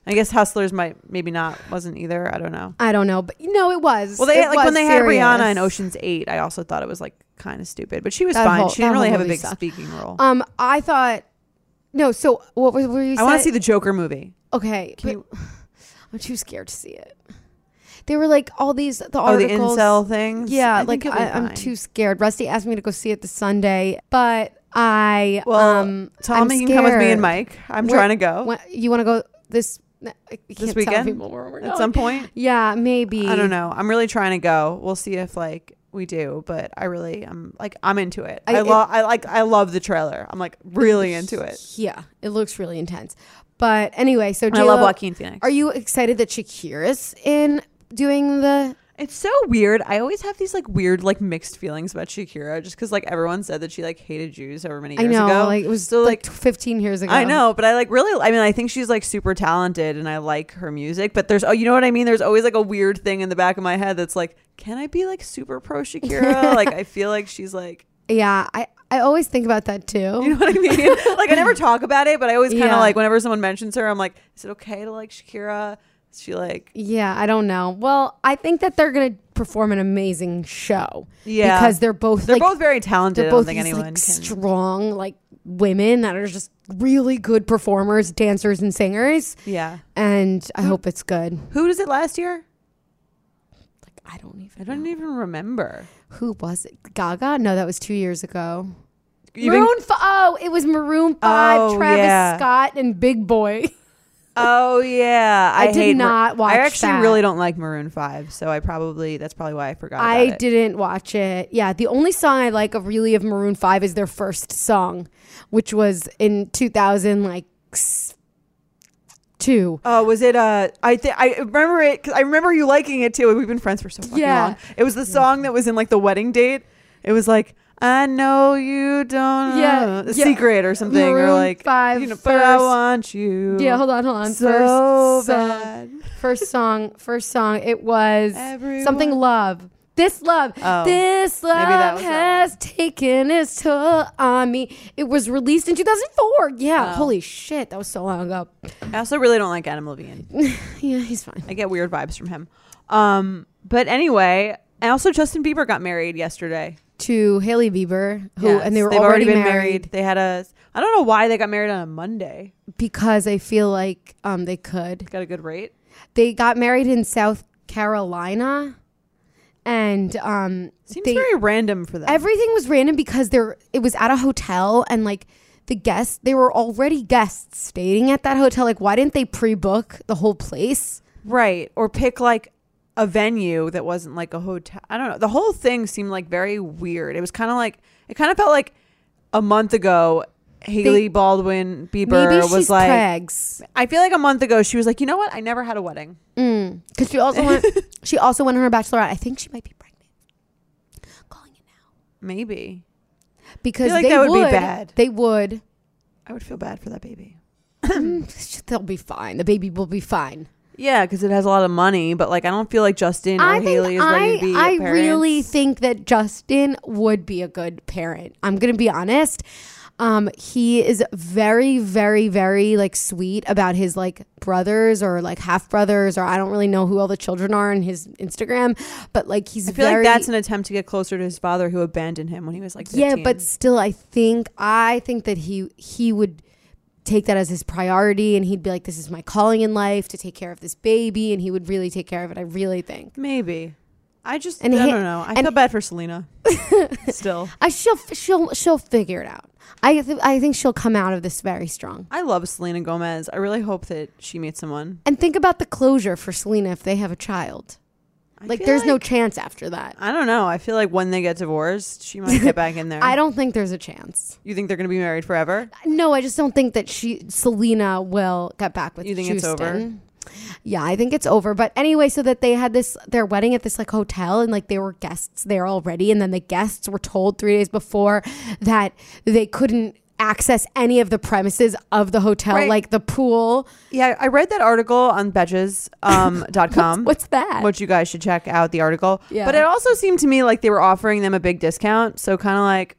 S2: I guess Hustlers might maybe not wasn't either. I don't know.
S1: I don't know, but no, it was.
S2: Well, they
S1: It
S2: like
S1: was
S2: when they
S1: serious.
S2: had Rihanna in Ocean's Eight. I also thought it was like kind of stupid, but she was
S1: That
S2: fine.
S1: whole-
S2: she didn't
S1: that
S2: really
S1: whole
S2: have a
S1: movie
S2: big
S1: sucked.
S2: speaking role.
S1: Um, I thought. No, so what was were you?
S2: I want to
S1: saying?
S2: see the Joker movie.
S1: Okay,
S2: Can
S1: but I'm too scared to see it. They were like all these the
S2: Oh, the
S1: articles.
S2: incel things.
S1: Yeah,
S2: think
S1: like
S2: you'll be
S1: I, I'm
S2: fine.
S1: too scared. Rusty asked me to go see it this Sunday, but I
S2: Well,
S1: um I'm
S2: Tommy, you can come with me
S1: scared.
S2: and Mike. I'm
S1: Where-
S2: trying to go
S1: When, you want to go this? I can't
S2: this
S1: Tell
S2: weekend
S1: people where we're
S2: at
S1: going.
S2: some point.
S1: yeah, maybe.
S2: I don't know. I'm really trying to go. We'll see if like we do, but I really am like I'm into it.
S1: I-
S2: I, love I like I love the trailer. I'm like really into it.
S1: Yeah, it looks really intense. But anyway, so
S2: And I love
S1: J-Lo,
S2: Joaquin Phoenix.
S1: Are you excited that Shakira's in doing the?
S2: it's so weird. I always have these like weird like mixed feelings about Shakira just cuz like everyone said that she like hated Jews however many
S1: I
S2: years
S1: know,
S2: ago.
S1: like it was
S2: So,
S1: like,
S2: like,
S1: 15 years ago.
S2: I know, but I like really I mean I think she's like super talented and I like her music, but there's oh you know what I mean? There's always like a weird thing in the back of my head that's like can I be like super pro Shakira? like I feel like she's like
S1: Yeah, I I always think about that too.
S2: You know what I mean? like I never talk about it, but I always kind of
S1: Oh. Yeah.
S2: like whenever someone mentions her, I'm like, is it okay to like Shakira? Is she like
S1: yeah, I don't know. Well, I think that they're gonna perform an amazing show.
S2: Yeah.
S1: because they're both
S2: they're
S1: like,
S2: both very talented.
S1: They're
S2: I don't
S1: both
S2: think
S1: these,
S2: anyone
S1: like
S2: can.
S1: strong, like women that are just really good performers, dancers, and singers.
S2: yeah.
S1: And I hope it's good.
S2: Who was it last year?
S1: Like I don't even.
S2: I don't e-, even remember.
S1: Who was it? Gaga? No, that was two years ago.
S2: Even-
S1: Maroon. F- oh, it was Maroon Five,
S2: Oh,
S1: Travis
S2: yeah.
S1: Scott, and Big Boy.
S2: oh yeah,
S1: I
S2: I,
S1: did
S2: hate Mar-
S1: not watch
S2: I actually
S1: that.
S2: really don't like Maroon Five, so I probably that's probably why I forgot.
S1: I
S2: about it.
S1: didn't watch it. Yeah, the only song I like of really of Maroon Five is their first song, which was in two thousand like s- two.
S2: Oh, was it? Uh, I think I remember it because I remember you liking it too. We've been friends for so fucking
S1: Yeah.
S2: long. It was the song that was in like the wedding date. It was like I know you don't.
S1: Yeah,
S2: know,"
S1: yeah.
S2: secret or something
S1: Maroon
S2: or like
S1: five
S2: You know, but I
S1: first.
S2: want you.
S1: Yeah, hold on, hold on.
S2: so
S1: first song,
S2: bad.
S1: first song, first song. It was
S2: Everyone-
S1: something love. This love,
S2: Oh,
S1: this
S2: that
S1: love
S2: was that
S1: has taken its toll on me. It was released in 2004. Yeah,
S2: Oh.
S1: holy shit, that was so long ago.
S2: I also really don't like Adam Levine.
S1: Yeah, he's fine.
S2: I get weird vibes from him. Um, but anyway, and also Justin Bieber got married yesterday.
S1: To Haley Bieber, who
S2: Yes,
S1: and they were
S2: they've
S1: already,
S2: been
S1: married,
S2: They had a. I don't know why they got married on a Monday.
S1: because I feel like um they could.
S2: Got a good rate.
S1: They got married in South Carolina, and um
S2: Seems
S1: they,
S2: very random for them.
S1: everything was random because there it was at a hotel and like the guests they were already guests staying at that hotel like why didn't they pre-book the whole place
S2: Right. Or pick like a venue that wasn't like a hotel. I don't know. The whole thing seemed like very weird. It was kind of like it kind of felt like a month ago. Haley Baldwin Bieber
S1: Maybe
S2: was
S1: she's
S2: like,
S1: Craig's.
S2: I feel like a month ago she was like, you know what? I never had a wedding.
S1: Because Mm. she also went, she also went on her bachelorette. I think she might be pregnant. Calling it now
S2: Maybe
S1: because
S2: like
S1: they
S2: that would
S1: would,
S2: be bad.
S1: They would.
S2: I would feel bad for that baby.
S1: They'll Mm, be fine. The baby will be fine.
S2: Yeah, because it has a lot of money, but like I don't feel like Justin or
S1: I
S2: Haley
S1: think
S2: is ready
S1: I,
S2: to be.
S1: I
S2: parents.
S1: really think that Justin would be a good parent. I'm gonna be honest. Um, he is very, very, very like sweet about his like brothers or like half brothers or I don't really know who all the children are in his Instagram, but like he's
S2: I feel
S1: very
S2: like that's an attempt to get closer to his father, who abandoned him when he was like. 15.
S1: Yeah, but still, I think I think that he he would take that as his priority, and he'd be like, "This is my calling in life to take care of this baby," and he would really take care of it. I really think.
S2: maybe I just
S1: And
S2: I
S1: he-
S2: don't know. I
S1: and-
S2: feel bad for Selena. Still,
S1: I she'll she'll she'll figure it out. I th- I think she'll come out of this very strong.
S2: I love Selena Gomez. I really hope that she meets someone.
S1: And think about the closure for Selena if they have a child.
S2: I
S1: Like,
S2: feel
S1: there's no chance after that.
S2: I don't know. I feel like when they get divorced, she might get back in there.
S1: I don't think there's a chance.
S2: You think they're gonna be married forever?
S1: No, I just don't think that she Selena will get back with
S2: You think it's over?
S1: Houston. Yeah, I think it's over. But anyway, so that they had this their wedding at this like hotel and like they were guests there already and then the guests were told 3 days before that they couldn't access any of the premises of the hotel
S2: Right.
S1: like the pool.
S2: Yeah, I read that article on Betches um, dot com.
S1: What's that?
S2: Which you guys should check out the article.
S1: Yeah.
S2: But it also seemed to me like they were offering them a big discount. So kind of like,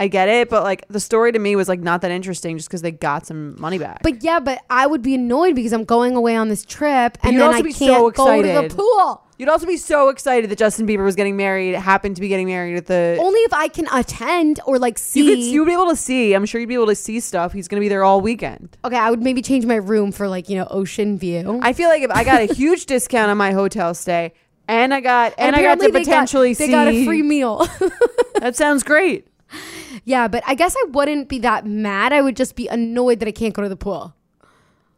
S2: I get it, but like the story to me was like not that interesting just because they got some money back.
S1: but yeah, but I would be annoyed because I'm going away on this trip and
S2: you'd
S1: then
S2: also
S1: I
S2: be
S1: can't
S2: so
S1: go to the
S2: excited.
S1: pool.
S2: you'd also be so excited that Justin Bieber was getting married, happened to be getting married at the.
S1: Only if I can attend or like see.
S2: you could you would be able to see. I'm sure you'd be able to see stuff. He's gonna be there all weekend.
S1: okay, I would maybe change my room for like you know ocean view.
S2: I feel like if I got a huge discount on my hotel stay, and I got and, I got to
S1: apparently they
S2: potentially
S1: they
S2: see.
S1: got a free meal.
S2: that sounds great.
S1: yeah, but I guess I wouldn't be that mad. I would just be annoyed that I can't go to the pool.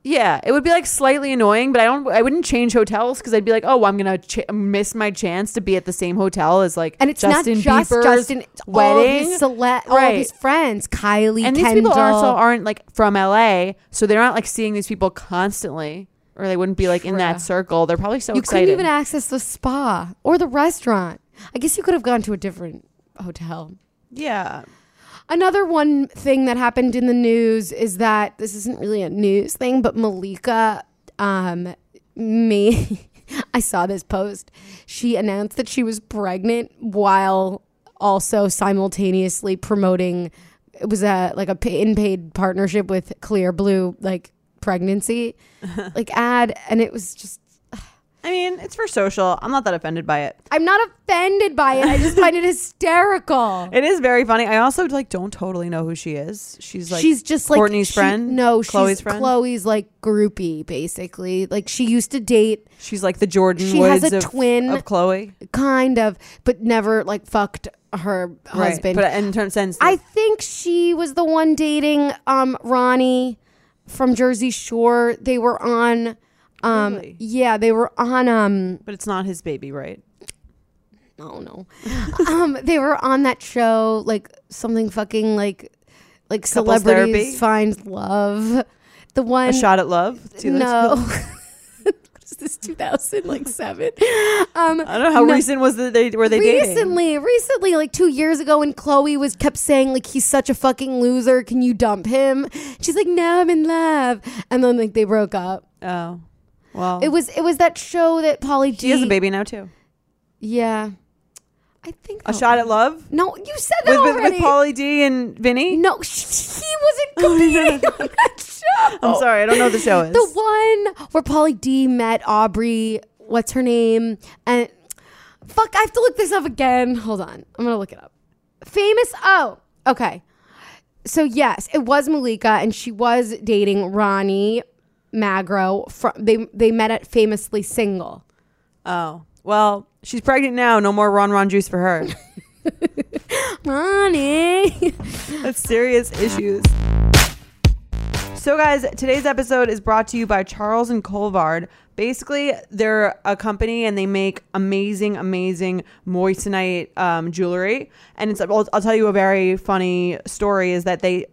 S2: Yeah, it would be like slightly annoying, but I don't. I wouldn't change hotels because I'd be like, oh, I'm gonna ch- miss my chance to be at the same hotel as like
S1: And it's
S2: Justin
S1: not just
S2: Bieber's
S1: Justin. It's all of
S2: wedding.
S1: his, cele- all of
S2: Right.
S1: his friends, Kylie,
S2: and these
S1: Kendall.
S2: people also aren't like from LA, so they're not like seeing these people constantly, or they wouldn't be like in that
S1: True.
S2: circle. They're probably so
S1: you
S2: excited.
S1: couldn't even access the spa or the restaurant. I guess you could have gone to a different hotel.
S2: yeah,
S1: Another one thing that happened in the news is that this isn't really a news thing, but Malika, um, me, I saw this post. She announced that she was pregnant while also simultaneously promoting. It was a like a pay, in paid partnership with Clear Blue, like pregnancy, like ad, and it was just.
S2: I mean, it's for social. I'm not that offended by it.
S1: I'm not offended by it. I just find it hysterical.
S2: It is very funny. I also like don't totally know who she is. She's like
S1: she's just like
S2: Courtney's
S1: she-
S2: friend.
S1: No,
S2: Chloe's
S1: she's
S2: friend.
S1: Chloe's like groupie, basically. Like she used to date,
S2: she's like the Jordan
S1: She has
S2: Woods
S1: a
S2: Mm, of,
S1: twin
S2: of Chloe.
S1: kind of, but never like fucked her husband.
S2: Right. But in terms sense,
S1: I think she was the one dating um Ronnie from Jersey Shore. They were on, um
S2: Really?
S1: yeah, they were on um
S2: but it's not his baby, right?
S1: I don't know. um, they were on that show, like something fucking like like
S2: Couples
S1: celebrities
S2: therapy?
S1: find love. The one
S2: a shot at love. Taylor
S1: no.
S2: Swift?
S1: What is this 2000 like seven? Um,
S2: I don't know how
S1: No.
S2: recent was the they were they dating?
S1: recently, recently, like two years ago, when Chloe was kept saying like he's such a fucking loser. Can you dump him? She's like, no, I'm in love. And then like they broke up.
S2: Oh, well,
S1: It was it was that show that Polly D.
S2: she has a baby now too.
S1: Yeah, I think
S2: A
S1: that
S2: shot
S1: one-
S2: at love
S1: No, you said that
S2: with with,
S1: already.
S2: with Pauly D and Vinny.
S1: No, sh- he wasn't
S2: Oh,
S1: competing on that show.
S2: I'm sorry, I don't know what the show
S1: Oh.
S2: is.
S1: The one where Polly D met Aubrey, what's her name? And fuck, I have to look this up again. Hold on. I'm going to look it up. Famous. Oh, okay. So, yes, it was Malika, and she was dating Ronnie Magro. From, they, they met at Famously Single.
S2: oh, well, she's pregnant now. No more Ron Ron juice for her.
S1: Ronnie.
S2: That's serious issues. So, guys, today's episode is brought to you by Charles and Colvard. Basically, they're a company and they make amazing, amazing moissanite um, jewelry. And it's I'll, I'll tell you a very funny story is that they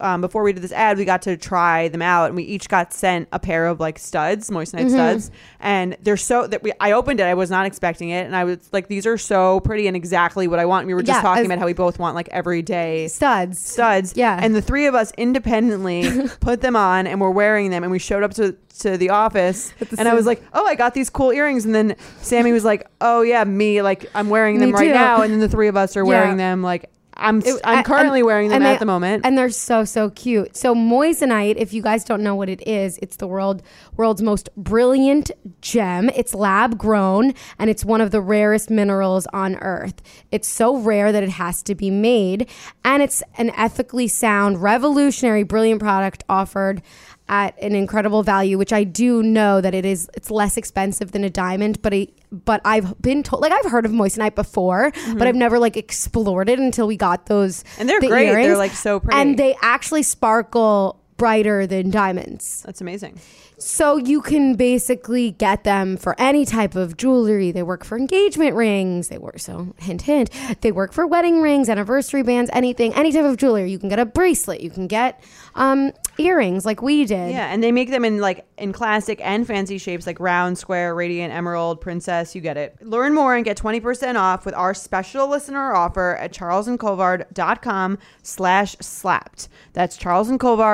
S2: um, before we did this ad, we got to try them out, and we each got sent a pair of like studs, moissanite studs, and they're so that we. I opened it, I was not expecting it, and I was like, "These are so pretty and exactly what I want." And we were just
S1: Yeah,
S2: talking
S1: I've-
S2: about how we both want like everyday
S1: Studs.
S2: studs.
S1: Yeah.
S2: And the three of us independently put them on and we're wearing them and we showed up to, to the office
S1: At the
S2: and I
S1: same-
S2: was like, Oh, I got these cool earrings and then Sammy was like, Oh yeah, me, like I'm wearing them
S1: Me
S2: right
S1: too.
S2: now and then the three of us are
S1: Yeah.
S2: wearing them like I'm
S1: It-
S2: I'm
S1: and-
S2: currently wearing them
S1: and
S2: at
S1: they-
S2: the moment.
S1: and they're so so cute. So moissanite, if you guys don't know what it is, it's the world world's most brilliant gem. It's lab grown and it's one of the rarest minerals on earth. It's so rare that it has to be made, and it's an ethically sound, revolutionary, brilliant product offered at an incredible value, which I do know that it is it's less expensive than a diamond, but a but I've been told like I've heard of moissanite before, but I've never like explored it until we got those
S2: And they're
S1: the
S2: great. They're,
S1: earrings.
S2: like, so pretty.
S1: And they actually sparkle brighter than diamonds.
S2: That's amazing.
S1: So you can basically get them for any type of jewelry. They work for engagement rings. They work so hint hint. They work for wedding rings, anniversary bands, anything, any type of jewelry. You can get a bracelet. You can get um, earrings like we did.
S2: Yeah, and they make them in like in classic and fancy shapes like round, square, radiant, emerald, princess, you get it. Learn more and get 20% off with our special listener offer at charlesandcolvard.com slash slapped. That's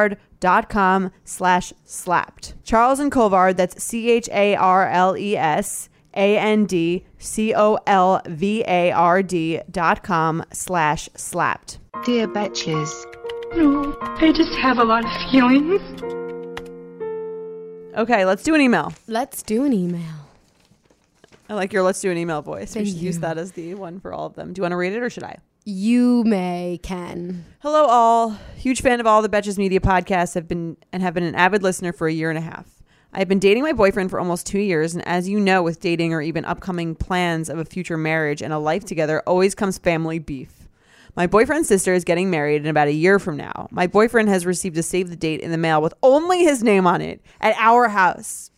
S2: charlesandcolvard.com slash slapped. Charles and Colvard, that's C-H-A-R-L-E-S E A N D C O L V A R D dot com slash slapped.
S3: Dear Betches.
S4: No, I just have a lot of feelings.
S2: Okay, let's do an email.
S1: Let's do an email.
S2: I like your let's do an email voice.
S1: Thank
S2: we should use
S1: you.
S2: that as the one for all of them. Do you want to read it or should I?
S1: You may can.
S2: Hello, all. Huge fan of all the Betches Media podcasts. Have been and have been an avid listener for a year and a half. I have been dating my boyfriend for almost two years, and as you know, with dating or even upcoming plans of a future marriage and a life together, always comes family beef. My boyfriend's sister is getting married in about a year from now. My boyfriend has received a save the date in the mail with only his name on it at our house.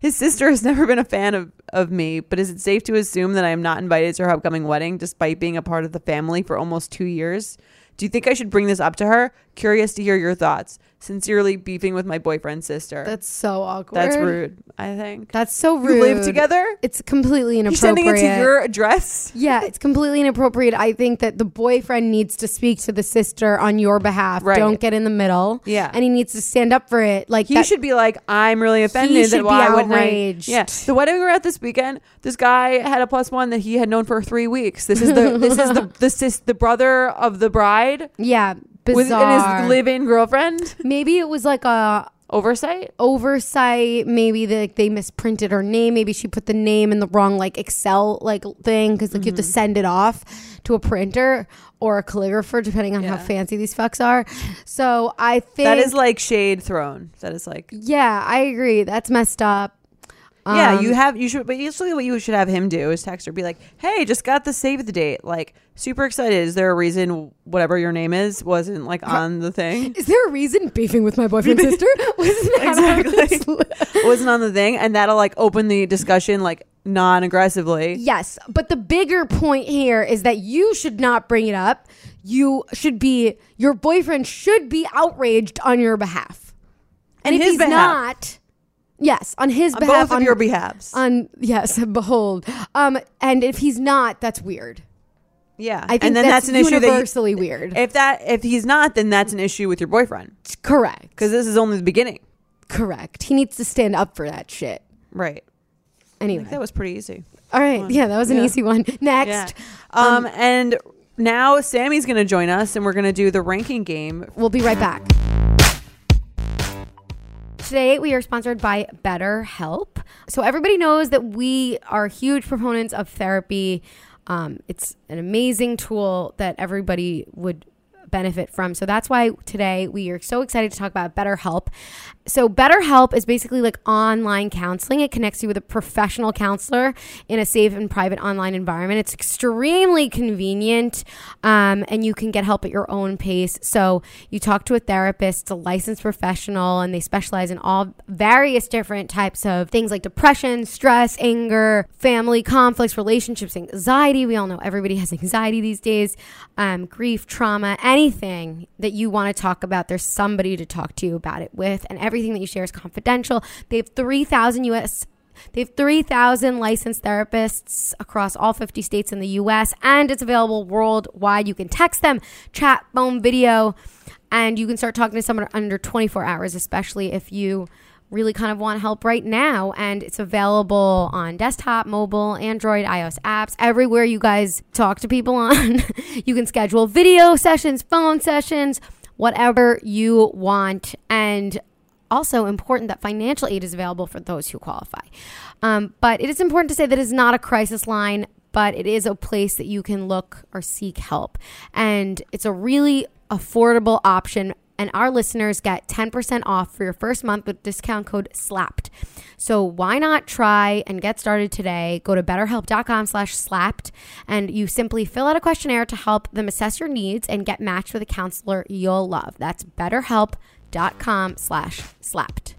S2: His sister has never been a fan of, of me, but is it safe to assume that I am not invited to her upcoming wedding despite being a part of the family for almost two years? Do you think I should bring this up to her? Curious to hear your thoughts. Sincerely, beefing with my boyfriend's sister.
S1: That's so awkward.
S2: That's rude, I think.
S1: That's so rude.
S2: You live together?
S1: It's completely
S2: You're
S1: inappropriate.
S2: sending it to your address?
S1: Yeah, it's completely inappropriate. I think that the boyfriend needs to speak to the sister on your behalf.
S2: Right.
S1: Don't get in the middle.
S2: Yeah.
S1: And he needs to stand up for it. Like
S2: He
S1: that,
S2: should be like, I'm really offended.
S1: He
S2: that
S1: should be
S2: why wouldn't I-"
S1: outraged.
S2: Yeah. The wedding we were at this weekend, this guy had a plus one that he had known for three weeks. This is the this is the the sis the brother of the bride
S1: yeah,
S2: with
S1: bizarre.
S2: and his live-in girlfriend.
S1: Maybe it was like a
S2: Oversight.
S1: oversight. Maybe like they misprinted her name. Maybe she put the name in the wrong like Excel like thing because like you have
S2: Mm-hmm.
S1: to send it off to a printer or a calligrapher depending on how
S2: Yeah.
S1: fancy these fucks are. So I think
S2: That is like shade thrown. That is like
S1: yeah, I agree. That's messed up.
S2: yeah.
S1: Um,
S2: You have you should, but usually what you should have him do is text her, be like, "Hey, just got the save the date. Like, super excited. Is there a reason whatever your name is wasn't like on the thing?
S1: Is there a reason beefing with my boyfriend sister was not on this
S2: Exactly.
S1: list?
S2: wasn't on the thing?" And that'll like open the discussion like non-aggressively.
S1: Yes, but the bigger point here is that you should not bring it up. You should be your boyfriend should be outraged on your behalf. And,
S2: On
S1: if
S2: his
S1: he's
S2: behalf.
S1: not, yes, on his
S2: On
S1: behalf,
S2: both of
S1: on
S2: your behalves.
S1: on yes, behold. Um, and if he's not, that's weird.
S2: yeah,
S1: I think
S2: and then
S1: that's,
S2: that's, an issue. That you-
S1: universally weird.
S2: if that if he's not, then that's an issue with your boyfriend
S1: correct,
S2: because this is only the beginning.
S1: correct. He needs to stand up for that shit.
S2: Right. I
S1: Anyway,
S2: think that was pretty easy.
S1: all right, yeah, that was an
S2: Yeah.
S1: easy one. Next.
S2: Yeah. Um, and now Sammy's going to join us, and we're going to do the ranking game.
S1: We'll be right back. Today, we are sponsored by BetterHelp. So, everybody knows that we are huge proponents of therapy. Um, it's an amazing tool that everybody would benefit from. So, that's why today we are so excited to talk about BetterHelp. so BetterHelp is basically like online counseling. It connects you with a professional counselor in a safe and private online environment. It's extremely convenient, um, and you can get help at your own pace. So you talk to a therapist, it's a licensed professional, and they specialize in all various different types of things like depression, stress, anger, family conflicts, relationships, anxiety. We all know everybody has anxiety these days, um, grief, trauma, anything that you want to talk about. There's somebody to talk to you about it with, and everything that you share is confidential. They have 3,000 U.S. They have 3,000 licensed therapists across all 50 states in the US, and it's available worldwide. You can text them, chat, phone, video, and you can start talking to someone under 24 hours, especially if you really kind of want help right now. And it's available on desktop, mobile, Android, iOS apps, everywhere you guys talk to people on. you can schedule video sessions, phone sessions, whatever you want. And also important that financial aid is available for those who qualify. Um, but it is important to say that it's not a crisis line, but it is a place that you can look or seek help. And it's a really affordable option. And our listeners get 10% off for your first month with discount code SLAPPED. So why not try and get started today? Go to betterhelp.com slash slapped and you simply fill out a questionnaire to help them assess your needs and get matched with a counselor you'll love. That's betterhelp dot com slash slapped.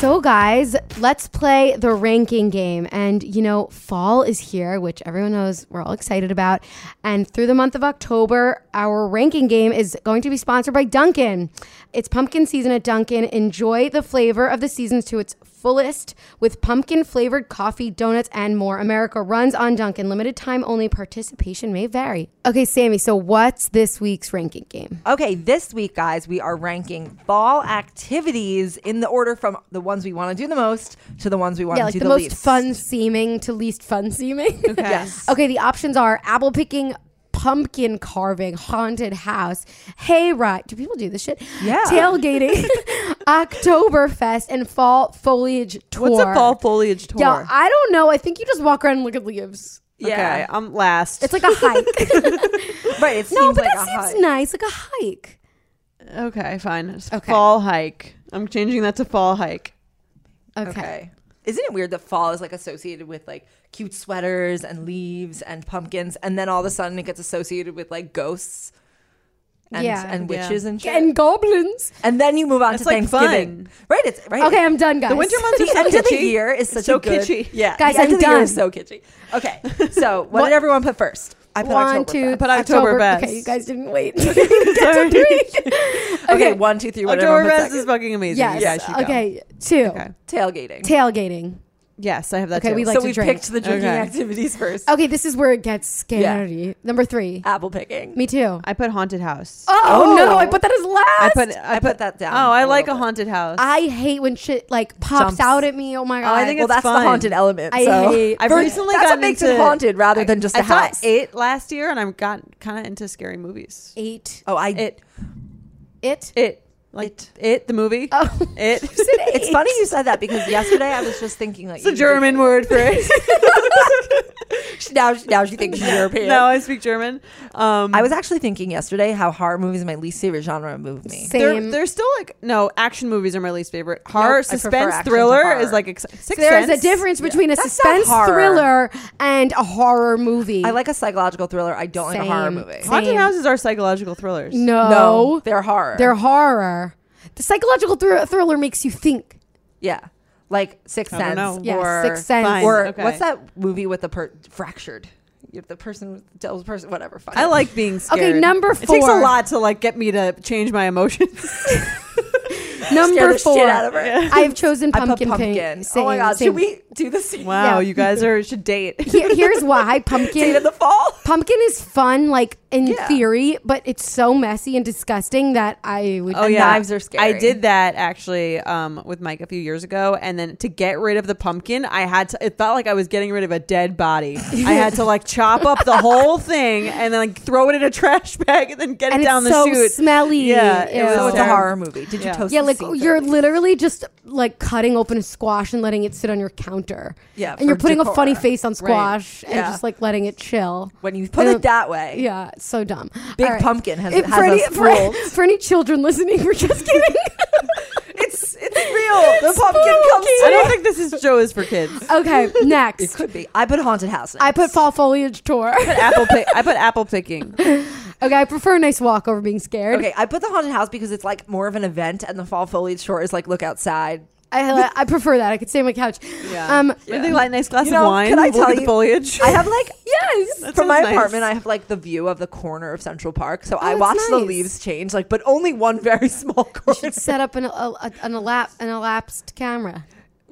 S1: So guys, let's play the ranking game. And you know, fall is here, which everyone knows we're all excited about. And through the month of October, our ranking game is going to be sponsored by Dunkin'. It's pumpkin season at Dunkin'. Enjoy the flavor of the seasons to its fullest with pumpkin flavored coffee, donuts, and more. America runs on Dunkin'. Limited time only. Participation may vary. Okay, Sammy, so what's this week's ranking game?
S3: Okay, this week, guys, we are ranking fall activities in the order from the ones we want to do the most to the ones we want
S1: Yeah,
S3: to
S1: like
S3: do
S1: the,
S3: the,
S1: most
S3: least.
S1: fun seeming to least fun seeming. Okay.
S3: Yes.
S1: Okay, the options are apple picking, pumpkin carving, haunted house, hayride. Do people do this shit?
S3: Yeah.
S1: Tailgating, Oktoberfest, and fall foliage tour.
S2: What's a fall foliage tour?
S1: Yeah, I don't know. I think you just walk around and look at leaves.
S2: Okay, I'm last.
S1: It's like a hike.
S3: right. It
S1: no,
S3: seems
S1: but
S3: like
S1: that
S3: a
S1: seems
S3: hot.
S1: nice, like a hike.
S2: okay, fine. It's
S1: Okay.
S2: Fall hike. I'm changing that to fall hike.
S1: Okay.
S3: Okay. Isn't it weird that fall is like associated with like cute sweaters and leaves and pumpkins, and then all of a sudden it gets associated with like ghosts and,
S1: Yeah.
S3: and
S2: Yeah.
S3: witches and shit,
S1: And goblins.
S3: and then you move on
S2: It's
S3: to
S2: like
S3: Thanksgiving,
S2: fun.
S3: right? It's right.
S1: Okay, I'm done, guys.
S2: The winter months are
S3: the
S2: so
S3: end
S2: kitschy.
S3: of the year is such
S2: so
S3: a good,
S2: kitschy.
S3: Yeah,
S1: Guys,
S3: the end
S1: I'm
S3: of the year is
S1: done.
S3: so kitschy. Okay, so what, did everyone put first? I put
S1: One,
S3: October
S1: two,
S3: first.
S2: Put
S1: October.
S2: Oktoberfest.
S1: Okay, you guys didn't wait. You guys are doing-
S3: Okay, one, two, three. What did everyone
S2: Outdoor
S3: put
S2: rest is
S3: second?
S2: fucking amazing.
S1: yes.
S2: Yeah, I should go.
S1: okay, two.
S2: Okay.
S3: tailgating.
S1: Tailgating.
S2: Yes, I have that
S1: Okay,
S2: too.
S1: we like-
S3: so
S1: to
S3: we
S1: drink.
S3: picked the drinking
S2: Okay.
S3: activities first.
S1: Okay, this is where it gets scary. Number three.
S3: Apple picking.
S1: Me too.
S2: I put haunted house.
S1: oh,
S3: Uh, Oh.
S1: no, I put that as last.
S2: I
S1: I,
S2: put
S3: I put that down
S2: Oh, I
S3: a
S2: like a
S3: little bit.
S2: haunted house.
S1: hate when shit like pops
S3: Jumps.
S1: out at me. Oh my god.
S2: I think
S3: well,
S2: it's
S3: that's
S2: fun.
S3: the haunted element.
S1: I
S3: so.
S1: hate-
S2: I've
S3: For-
S2: recently
S3: that's
S2: gotten
S3: what makes
S2: into-
S3: it haunted rather than just
S2: I
S3: a
S2: saw
S3: house.
S2: it last year, and I've gotten kind of into scary movies.
S1: eight.
S3: oh, I.
S2: It,
S1: It.
S2: it, like it, the movie.
S1: Oh.
S2: It.
S1: You said
S3: it's
S1: eight.
S3: funny you said that because yesterday I was just thinking like
S2: It's a German word for it.
S3: Now, now she thinks she's European.
S2: no, I speak German. Um,
S3: I was actually thinking yesterday how horror movies are my least favorite genre of movie.
S2: They're,
S1: Same.
S2: they're still like no action movies are my least favorite. Horror,
S3: I prefer
S2: suspense,
S3: action to
S2: thriller
S3: horror.
S2: is like ex- Sixth
S1: There's
S2: Sense.
S1: a difference between a
S3: That's not
S1: suspense
S3: horror.
S1: thriller and a horror movie.
S3: I like a psychological thriller. I don't like a horror
S1: Same.
S3: movie.
S1: Same.
S2: Haunted houses are psychological thrillers.
S1: no.
S3: No, they're horror.
S1: They're horror. The psychological thr- thriller makes you think.
S3: yeah, like Sixth
S2: I don't
S3: Sense.
S2: know.
S1: Yeah,
S3: or,
S1: Sixth Sense.
S2: Fine.
S3: Or
S2: Okay.
S3: what's that movie with the per- fractured? You have the person, with the devil's person, whatever. Fine.
S2: I like being scared.
S1: number
S2: It takes a
S1: four.
S2: lot to like get me to change my emotions.
S1: Number
S3: the shit
S1: four.
S3: out of her. Yeah.
S1: I've chosen
S3: I put
S1: pumpkin. pink.
S3: pumpkin. oh my
S1: Same,
S3: god,
S1: same.
S3: should we do the scene?
S2: Wow,
S1: Yeah.
S2: you guys are should date.
S1: Here- here's why
S3: Date
S1: pumpkin.
S3: in the fall.
S1: Pumpkin is fun, like in
S3: Yeah.
S1: theory, but it's so messy and disgusting that I would.
S2: Oh
S3: And
S2: yeah,
S3: knives are scary.
S2: I did that actually um, with Mike a few years ago, and then to get rid of the pumpkin, I had to. It felt like I was getting rid of a dead body. I had to like chop up the whole thing and then like throw it in a trash bag and then get
S1: And
S2: it
S1: it's
S2: down the
S1: so
S2: chute.
S1: smelly.
S2: Yeah, it
S1: Ew.
S2: was
S3: So it's a
S2: terrible.
S3: horror movie. Did you
S2: Yeah.
S3: toast?
S1: Yeah,
S3: the
S1: like like you're
S3: 1930s.
S1: literally just like cutting open a squash and letting it sit on your counter.
S3: Yeah,
S1: and you're
S3: for
S1: putting a funny
S3: decor.
S1: face on squash and
S3: Yeah.
S1: just like letting it chill.
S3: When you put
S1: I
S3: it
S1: don't-
S3: that way,
S1: Yeah, it's so dumb.
S3: Big
S1: All right.
S3: Pumpkin has,
S1: If
S3: has
S1: for, any,
S3: us
S1: for,
S3: fooled.
S1: for any children listening, we're just kidding.
S3: it's it's real. The pumpkin comes.
S2: I don't think this is Joe is for kids.
S1: okay,
S3: It
S1: next.
S3: could be. I put haunted house.
S1: I put fall foliage tour.
S2: apple pick. I put apple picking.
S1: okay, I prefer a nice walk over being scared.
S3: Okay, I put the haunted house because it's like more of an event, and the fall foliage short is like look outside.
S1: I, I prefer that. I could stay on my couch.
S3: Yeah.
S1: Um,
S2: Anything like a nice glass
S3: You know,
S2: of wine.
S3: can I
S2: look
S3: tell
S2: at the
S3: you-
S2: foliage?
S3: I have like
S1: Yes.
S2: That sounds
S3: from my
S2: nice.
S3: apartment. I have like the view of the corner of Central Park,
S2: Oh,
S3: so I
S1: that's
S3: watch the
S1: nice.
S3: leaves change, like but only one very small corner
S1: Should set up an a, a, an, elap- an elapsed camera,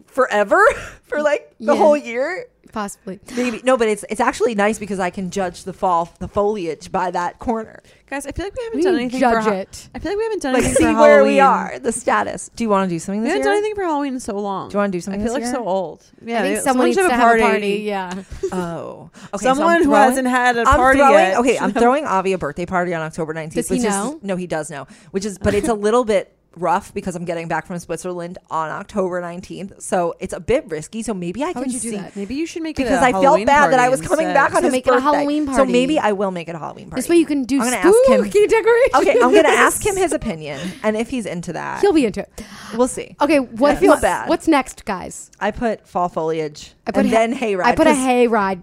S3: forever for like the
S1: Yeah.
S3: whole year.
S1: possibly.
S3: Maybe no, but it's it's actually nice because I can judge the fall the foliage by that corner,
S2: Guys, I feel like we haven't
S1: We
S2: done
S1: need
S2: anything
S1: judge
S2: for Ha-
S1: it.
S2: I feel like we haven't done
S3: like
S2: anything
S3: see
S2: for
S3: where we
S2: Halloween.
S3: are, the status. Do you want to do something
S2: We
S3: this
S2: haven't
S3: year?
S2: done anything for Halloween in so long.
S3: Do you want to do something?
S2: I feel like
S3: this
S2: so old. Yeah,
S1: I think
S2: they-
S1: someone needs
S2: should
S1: to have a party. Yeah.
S3: year? Oh, okay, so I'm
S2: Someone who
S3: throwing-
S2: hasn't had a
S3: I'm
S2: party
S3: throwing,
S2: yet.
S3: Okay,
S2: should
S3: I'm
S2: have-
S3: throwing Avi a birthday party on October 19th.
S1: Does he
S3: which is-
S1: know?
S3: no, he does know. Which is, but it's a little bit rough because I'm getting back from Switzerland on October 19th, so it's a bit risky. So maybe I
S1: How
S3: can
S1: would you do
S3: see-
S1: that?
S2: Maybe you should make it
S3: Because
S2: a
S3: I felt
S2: Halloween
S3: bad that I
S2: party
S3: was coming
S2: instead.
S3: back
S1: So
S3: on his
S1: make it a
S3: birthday.
S1: Halloween
S3: So
S1: party.
S3: maybe I will make it a Halloween party.
S1: This way you can do
S3: I'm gonna
S1: spooky
S3: ask him.
S1: decoration.
S3: Okay, I'm gonna ask him his opinion, and if he's into that,
S1: He'll be into it.
S3: we'll see.
S1: Okay, what
S3: I feel
S1: what's,
S3: bad.
S1: What's next, guys?
S3: I put fall foliage.
S1: I put
S3: and
S1: a-
S3: then hayride.
S1: I put a
S3: 'cause
S1: hay ride.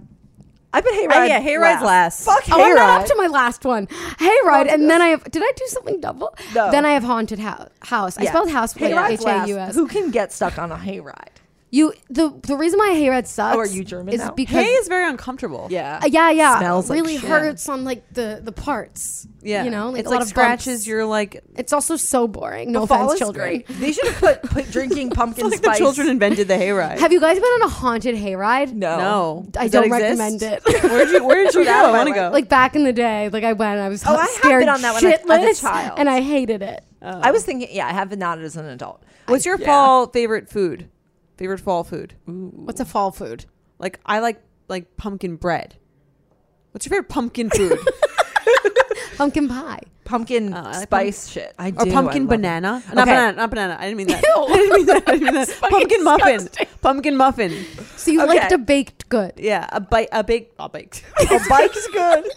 S3: I put hayride.
S2: Oh, yeah, hayride's last.
S3: Fuck
S1: Oh, I'm not up
S3: hayride.
S1: to my last one. Hay ride, and then I have. Did I do something double?
S3: No.
S1: Then I have haunted house. House. I
S3: Yeah.
S1: spelled house with
S3: Hayride's
S1: H A U
S3: last.
S1: S.
S3: Who can get stuck on a hayride?
S1: You the the reason why hay ride sucks.
S3: Oh, are you German
S1: Is
S3: now?
S1: because
S2: Hay is very uncomfortable.
S3: Yeah.
S1: Uh, yeah, yeah.
S3: Smells
S1: It
S3: like
S1: really
S3: shit.
S1: hurts on like the the parts.
S2: Yeah,
S1: you know, like
S2: it's
S1: a
S2: like
S1: lot of
S2: scratches.
S1: bumps.
S2: You're like
S1: It's also so boring. No
S3: The fall
S1: offense,
S3: is
S1: children.
S3: great. They should have put, put drinking pumpkin
S2: It's like
S3: spice.
S2: the children invented the hayride.
S1: Have you guys been on a haunted hayride?
S3: No.
S2: no,
S1: I
S2: Does that
S1: don't
S2: exist?
S1: recommend it.
S2: Where'd you Where'd you go?
S3: Out of
S2: I
S3: my
S2: want to
S3: way.
S2: go.
S1: like back in the day, like I went, I was
S3: Oh, I have
S1: scared
S3: been on that one as-
S1: shitless,
S3: as a child.
S1: and I hated it.
S2: Oh.
S3: I was thinking, yeah, I have been not as an adult.
S2: What's your
S3: yeah.
S2: fall favorite food? Favorite fall food?
S1: What's a fall food?
S2: Like I like like pumpkin bread. What's your favorite pumpkin food?
S1: Pumpkin pie.
S3: Pumpkin
S2: Uh, I like
S3: spice shit. I
S2: or
S3: do,
S2: pumpkin
S3: I love it.
S2: banana? Not
S3: Okay.
S2: banana. Not banana. I didn't mean that. I didn't mean that. I didn't mean that. Pumpkin muffin. Pumpkin muffin.
S1: So you
S3: Okay.
S1: liked a baked good.
S2: Yeah, a bite. A bake. A baked.
S3: A bike's good.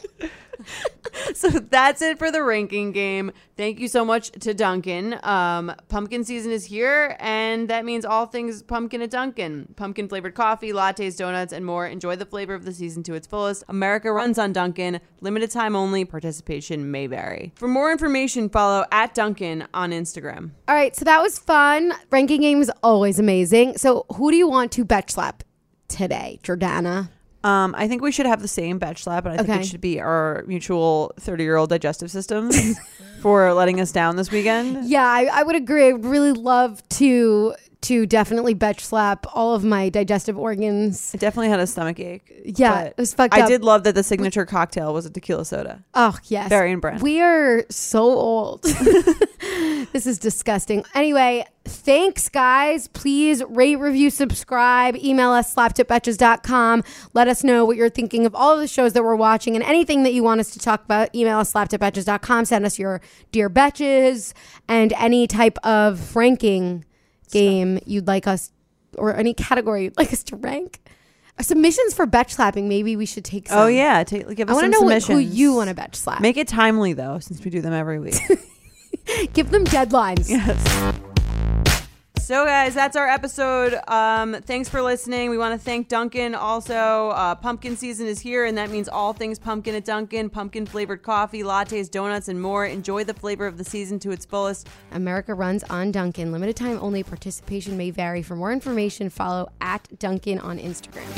S2: so that's it for the ranking game. Thank you so much to Duncan. Um, pumpkin season is here, and that means all things pumpkin at Duncan. Pumpkin flavored coffee, lattes, donuts, and more. Enjoy the flavor of the season to its fullest. America runs on Duncan. Limited time only. Participation may vary. For more information, follow at Duncan on Instagram.
S1: All right, so that was fun. Ranking game is always amazing. So who do you want to bet slap today, Jordana?
S2: Um, I think we should have the same batch lab, and I think
S1: Okay.
S2: it should be our mutual 30 year old digestive systems for letting us down this weekend.
S1: Yeah, I, I would agree. I would really love to to definitely betch slap all of my digestive organs.
S2: I definitely had a stomach ache.
S1: Yeah,
S2: but
S1: it was fucked
S2: I
S1: up.
S2: did love that the signature cocktail was a tequila soda.
S1: Oh yes,
S2: Barry and Brent.
S1: We are so old. this is disgusting. Anyway, thanks guys. Please rate, review, subscribe. Email us slaptipbetches.com. Let us know what you're thinking of all of the shows that we're watching and anything that you want us to talk about. Email us slaptipbetches.com. Send us your dear betches and any type of ranking game you'd like us or any category you'd like us to rank. Uh, Submissions for betch slapping. Maybe we should take. Some.
S2: Oh yeah, take, give
S1: I
S2: us
S1: want to
S2: some
S1: know what,
S2: submissions.
S1: who you want to betch slap.
S2: make it timely though, since we do them every week.
S1: Give them deadlines.
S2: yes. So guys, that's our episode. Um, thanks for listening. We want to thank Duncan. Also, uh, pumpkin season is here, and that means all things pumpkin at Duncan: pumpkin flavored coffee, lattes, donuts, and more. Enjoy the flavor of the season to its fullest.
S1: America runs on Duncan. Limited time only. Participation may vary. For more information, follow at Duncan on Instagram.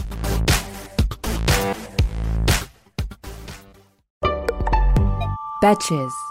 S5: Betches.